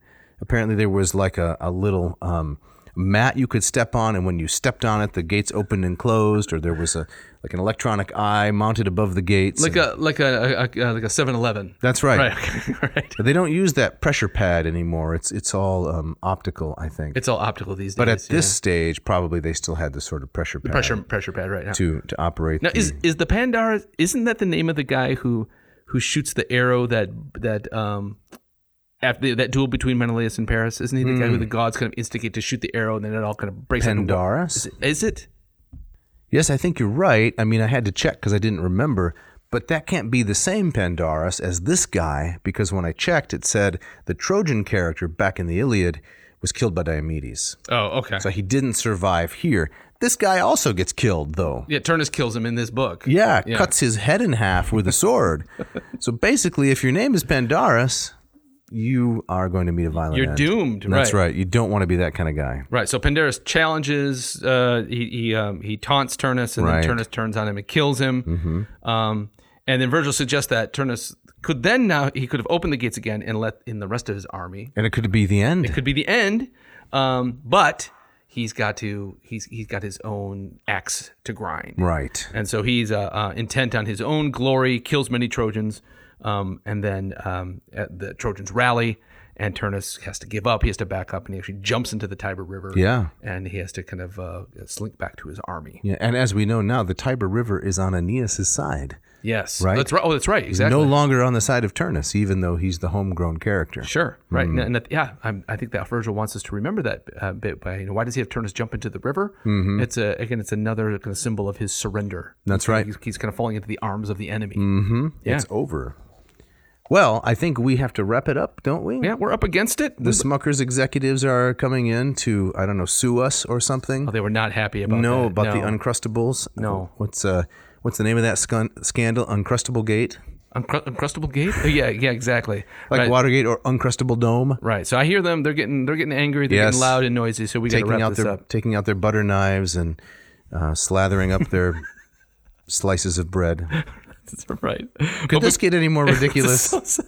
B: Apparently, there was like a, a little um, mat you could step on, and when you stepped on it, the gates opened and closed, or there was a like an electronic eye mounted above the gates.
A: like
B: and-
A: a like a, a, a like a Seven Eleven. [laughs]
B: that's right.
A: Right. Okay. right.
B: But they don't use that pressure pad anymore. It's it's all um, optical, I think.
A: It's all optical these days.
B: but at this stage, probably they still had the sort of pressure pad
A: pressure pressure pad right now.
B: to to operate.
A: Now
B: the-
A: is is the Pandara? Isn't that the name of the guy who who shoots the arrow that that um after that duel between Menelaus and Paris? Isn't he the
B: Mm.
A: guy who the gods kind of instigate to shoot the arrow and then it all kind of breaks? into one-
B: Pandarus?
A: Is it?
B: Yes, I think you're right. I mean, I had to check because I didn't remember, but that can't be the same Pandarus as this guy because when I checked, it said the Trojan character back in the Iliad was killed by Diomedes.
A: Oh, okay.
B: So he didn't survive here. This guy also gets killed, though.
A: yeah, Turnus kills him in this book.
B: Yeah, cuts his head in half with a
A: [laughs]
B: sword. so basically, if your name is Pandarus, you are going to meet a violent
A: You're
B: end.
A: doomed.
B: That's
A: right.
B: right. You don't want to be that kind of guy.
A: Right. So Pandarus challenges. Uh, he he, um, he taunts Turnus, and
B: Right.
A: then Turnus turns on him and kills him. Um, and then Virgil suggests that Turnus could then now he could have opened the gates again and let in the rest of his army.
B: And it could be the end.
A: Could be the end. Um, but he's got to he's he's got his own axe to grind.
B: right.
A: And so he's uh, uh, intent on his own glory, kills many Trojans, um, and then um, at the Trojans rally, and Turnus has to give up. He has to back up, and he actually jumps into the Tiber River.
B: Yeah.
A: and he has to kind of uh, slink back to his army.
B: Yeah, and as we know now, the Tiber River is on Aeneas' side.
A: Yes,
B: Right.
A: That's right. Oh, that's right. Exactly.
B: No longer on the side of Turnus, even though he's the homegrown character.
A: Sure. Right.
B: Mm-hmm.
A: And, that, yeah, I'm, I think that Virgil wants us to remember that uh, bit. By you know, why does he have Turnus jump into the river? It's a again, it's another kind of symbol of his surrender.
B: Mm-hmm. That's right. Mm.
A: He's, he's kind of falling into the arms of the enemy.
B: It's over. Well, I think we have to wrap it up, don't we?
A: Yeah, we're up against it.
B: The Smuckers executives are coming in to, I don't know, sue us or something.
A: Oh, they were not happy about
B: no,
A: that.
B: about the Uncrustables.
A: No.
B: What's uh what's the name of that scun- scandal? Uncrustable Gate?
A: Uncru- Uncrustable Gate? Oh, yeah, yeah, exactly.
B: Like
A: right.
B: Watergate or Uncrustable Dome?
A: Right. So I hear them. They're getting they're getting angry. They're
B: Yes.
A: getting loud and noisy. So we got to
B: Taking
A: wrap
B: out
A: this
B: their
A: up.
B: taking out their butter knives and uh, slathering
A: [laughs]
B: up their slices of bread.
A: right.
B: Could this get any
A: [laughs]
B: more [laughs] ridiculous?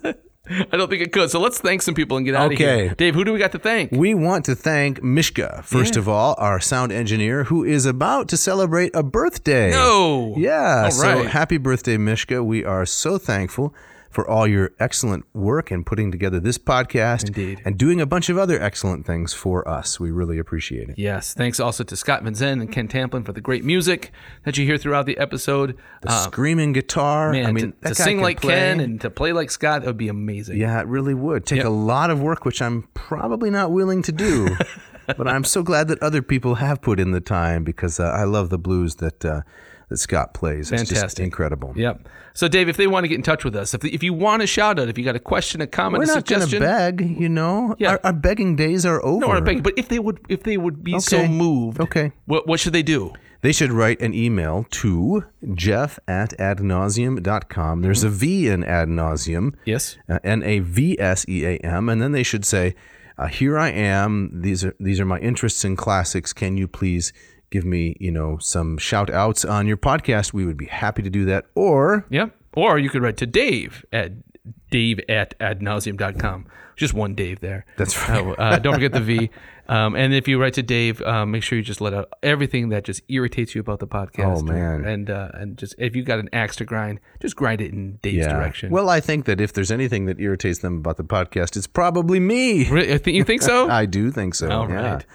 A: I don't think it could. So let's thank some people and get out of
B: Okay.
A: here. Dave, who do we got to thank?
B: [laughs] We want to thank Mishka, first of all, our sound engineer, who is about to celebrate a birthday.
A: No.
B: Yeah.
A: All
B: So
A: right.
B: happy birthday, Mishka. We are so thankful for all your excellent work in putting together this podcast Indeed. and doing a bunch of other excellent things for us. We really appreciate it.
A: Yes. Thanks also to Scott Van Zen and Ken Tamplin for the great music that you hear throughout the episode. Uh,
B: Screaming guitar.
A: man,
B: I mean,
A: to, to
B: that guy
A: sing
B: can
A: like
B: play.
A: Ken and to play like Scott, that would be amazing.
B: Yeah, it really would take a lot of work, which I'm probably not willing to do.
A: [laughs]
B: but I'm so glad that other people have put in the time because uh, I love the blues that uh, that Scott plays. It's just
A: Fantastic.
B: incredible.
A: Yep. So, Dave, if they want to get in touch with us, if, if you want a shout out, if you got a question, a comment,
B: We're
A: a
B: not going to
A: suggestion,
B: beg, you know.
A: Yeah.
B: Our, our begging days are over.
A: No, we're not begging, but if they would, if they would be so
B: Okay.
A: moved,
B: Okay.
A: what what should they do?
B: They should write an email to jeff at ad nauseum.com. There's a V in ad nauseum.
A: Yes.
B: uh, N A V S E A M, and then they should say, uh, here I am. These are these are my interests in classics. Can you please give me you know some shout outs on your podcast? We would be happy to do that. Or
A: Yeah. Or you could write to Dave at dave at ad nauseum.com. Just one Dave there.
B: That's right.
A: Oh, uh, don't forget the
B: [laughs]
A: V. Um, and if you write to Dave, um, make sure you just let out everything that just irritates you about the podcast.
B: Oh, man.
A: And uh, and just if you got an axe to grind, just grind it in Dave's direction.
B: Well, I think that if there's anything that irritates them about the podcast, it's probably me.
A: Really? I think uh, you think so?
B: [laughs] I do think so.
A: All
B: yeah.
A: right.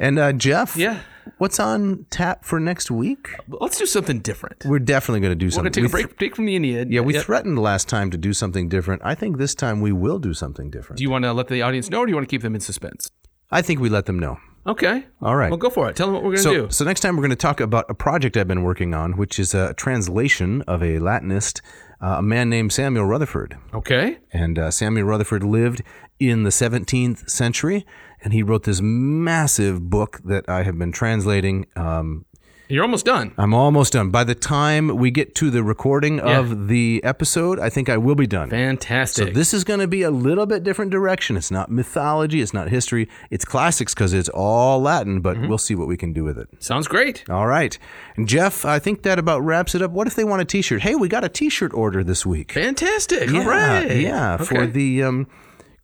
B: And uh, Jeff,
A: Yeah.
B: what's on tap for next week?
A: Let's do something different. We're
B: We're definitely going to do
A: gonna
B: something.
A: take a
B: We th-
A: break, break from the Aeneid.
B: Yeah, we
A: Yep.
B: threatened last time to do something different. I think this time we will do something different.
A: Do you want to let the audience know, or do you want to keep them in suspense?
B: I think we let them know.
A: Okay.
B: All right.
A: Well, go for it. Tell them what we're gonna
B: so,
A: do.
B: so next time we're going to talk about a project I've been working on, which is a translation of a Latinist, uh, a man named Samuel Rutherford.
A: Okay.
B: And uh, Samuel Rutherford lived in the 17th century, and he wrote this massive book that I have been translating. Um,
A: You're almost done.
B: I'm almost done. By the time we get to the recording of the episode, I think I will be done. So
A: Fantastic.
B: this is going to be a little bit different direction. It's not mythology, it's not history, it's classics because it's all Latin, but
A: Mm-hmm.
B: we'll see what we can do with it.
A: Sounds great.
B: All right. And Jeff, I think that about wraps it up. What if they want a t-shirt? Hey, we got a t-shirt order this week.
A: Fantastic.
B: Yeah,
A: All right.
B: Yeah, for
A: Okay. Oh.
B: the um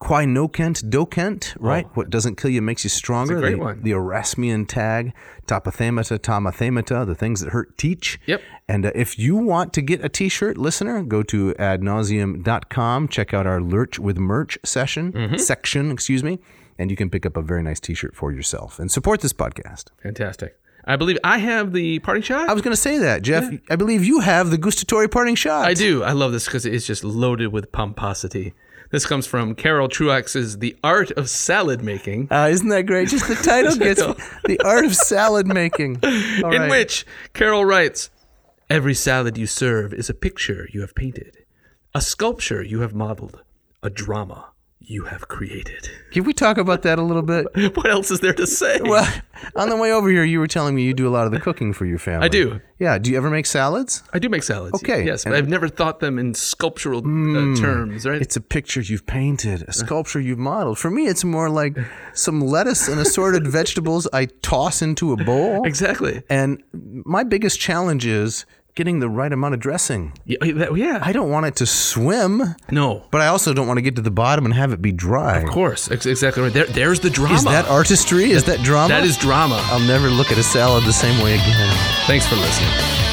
B: Quai Nocent, Docent, right? What doesn't kill you makes you stronger.
A: great
B: the,
A: one.
B: the Erasmian tag, Tapathemata, Tamathemata, the things that hurt teach.
A: Yep.
B: And uh, if you want to get a t shirt, listener, go to ad nauseum.com, check out our Lurch with Merch session,
A: Mm-hmm.
B: section, excuse me, and you can pick up a very nice t shirt for yourself and support this podcast.
A: Fantastic. I believe I have the parting shot.
B: I was going to say that, Jeff. I believe you have the gustatory parting shot.
A: I do. I love this because it's just loaded with pomposity. This comes from Carol Truax's The Art of Salad Making,
B: Uh, isn't that great?
A: [laughs]
B: Just the title gets me. the art of salad making. All
A: in
B: right.
A: which Carol writes Every salad you serve is a picture you have painted, a sculpture you have modeled, a drama you have created. [laughs]
B: can we talk about that a little bit?
A: What else is there to say?
B: Well, on the way over here, you were telling me you do a lot of the cooking for your family. I
A: do.
B: Yeah. Do you ever make salads?
A: I do make salads.
B: Okay.
A: Yes,
B: And- Mm.
A: but I've never thought them in sculptural uh, terms, right?
B: It's a picture you've
A: Uh.
B: painted, a sculpture you've modeled. For me, it's more like some lettuce
A: [laughs]
B: and assorted vegetables I toss into a bowl.
A: exactly.
B: And my biggest challenge is getting the right amount of dressing.
A: Yeah. that- yeah.
B: I don't want it to swim,
A: no.
B: but I also don't want to get to the bottom and have it be dry.
A: Of course, ex- exactly right. There, there's the drama.
B: Is that artistry? Is that drama?
A: that is drama.
B: I'll never look at a salad the same way again.
A: Thanks for listening.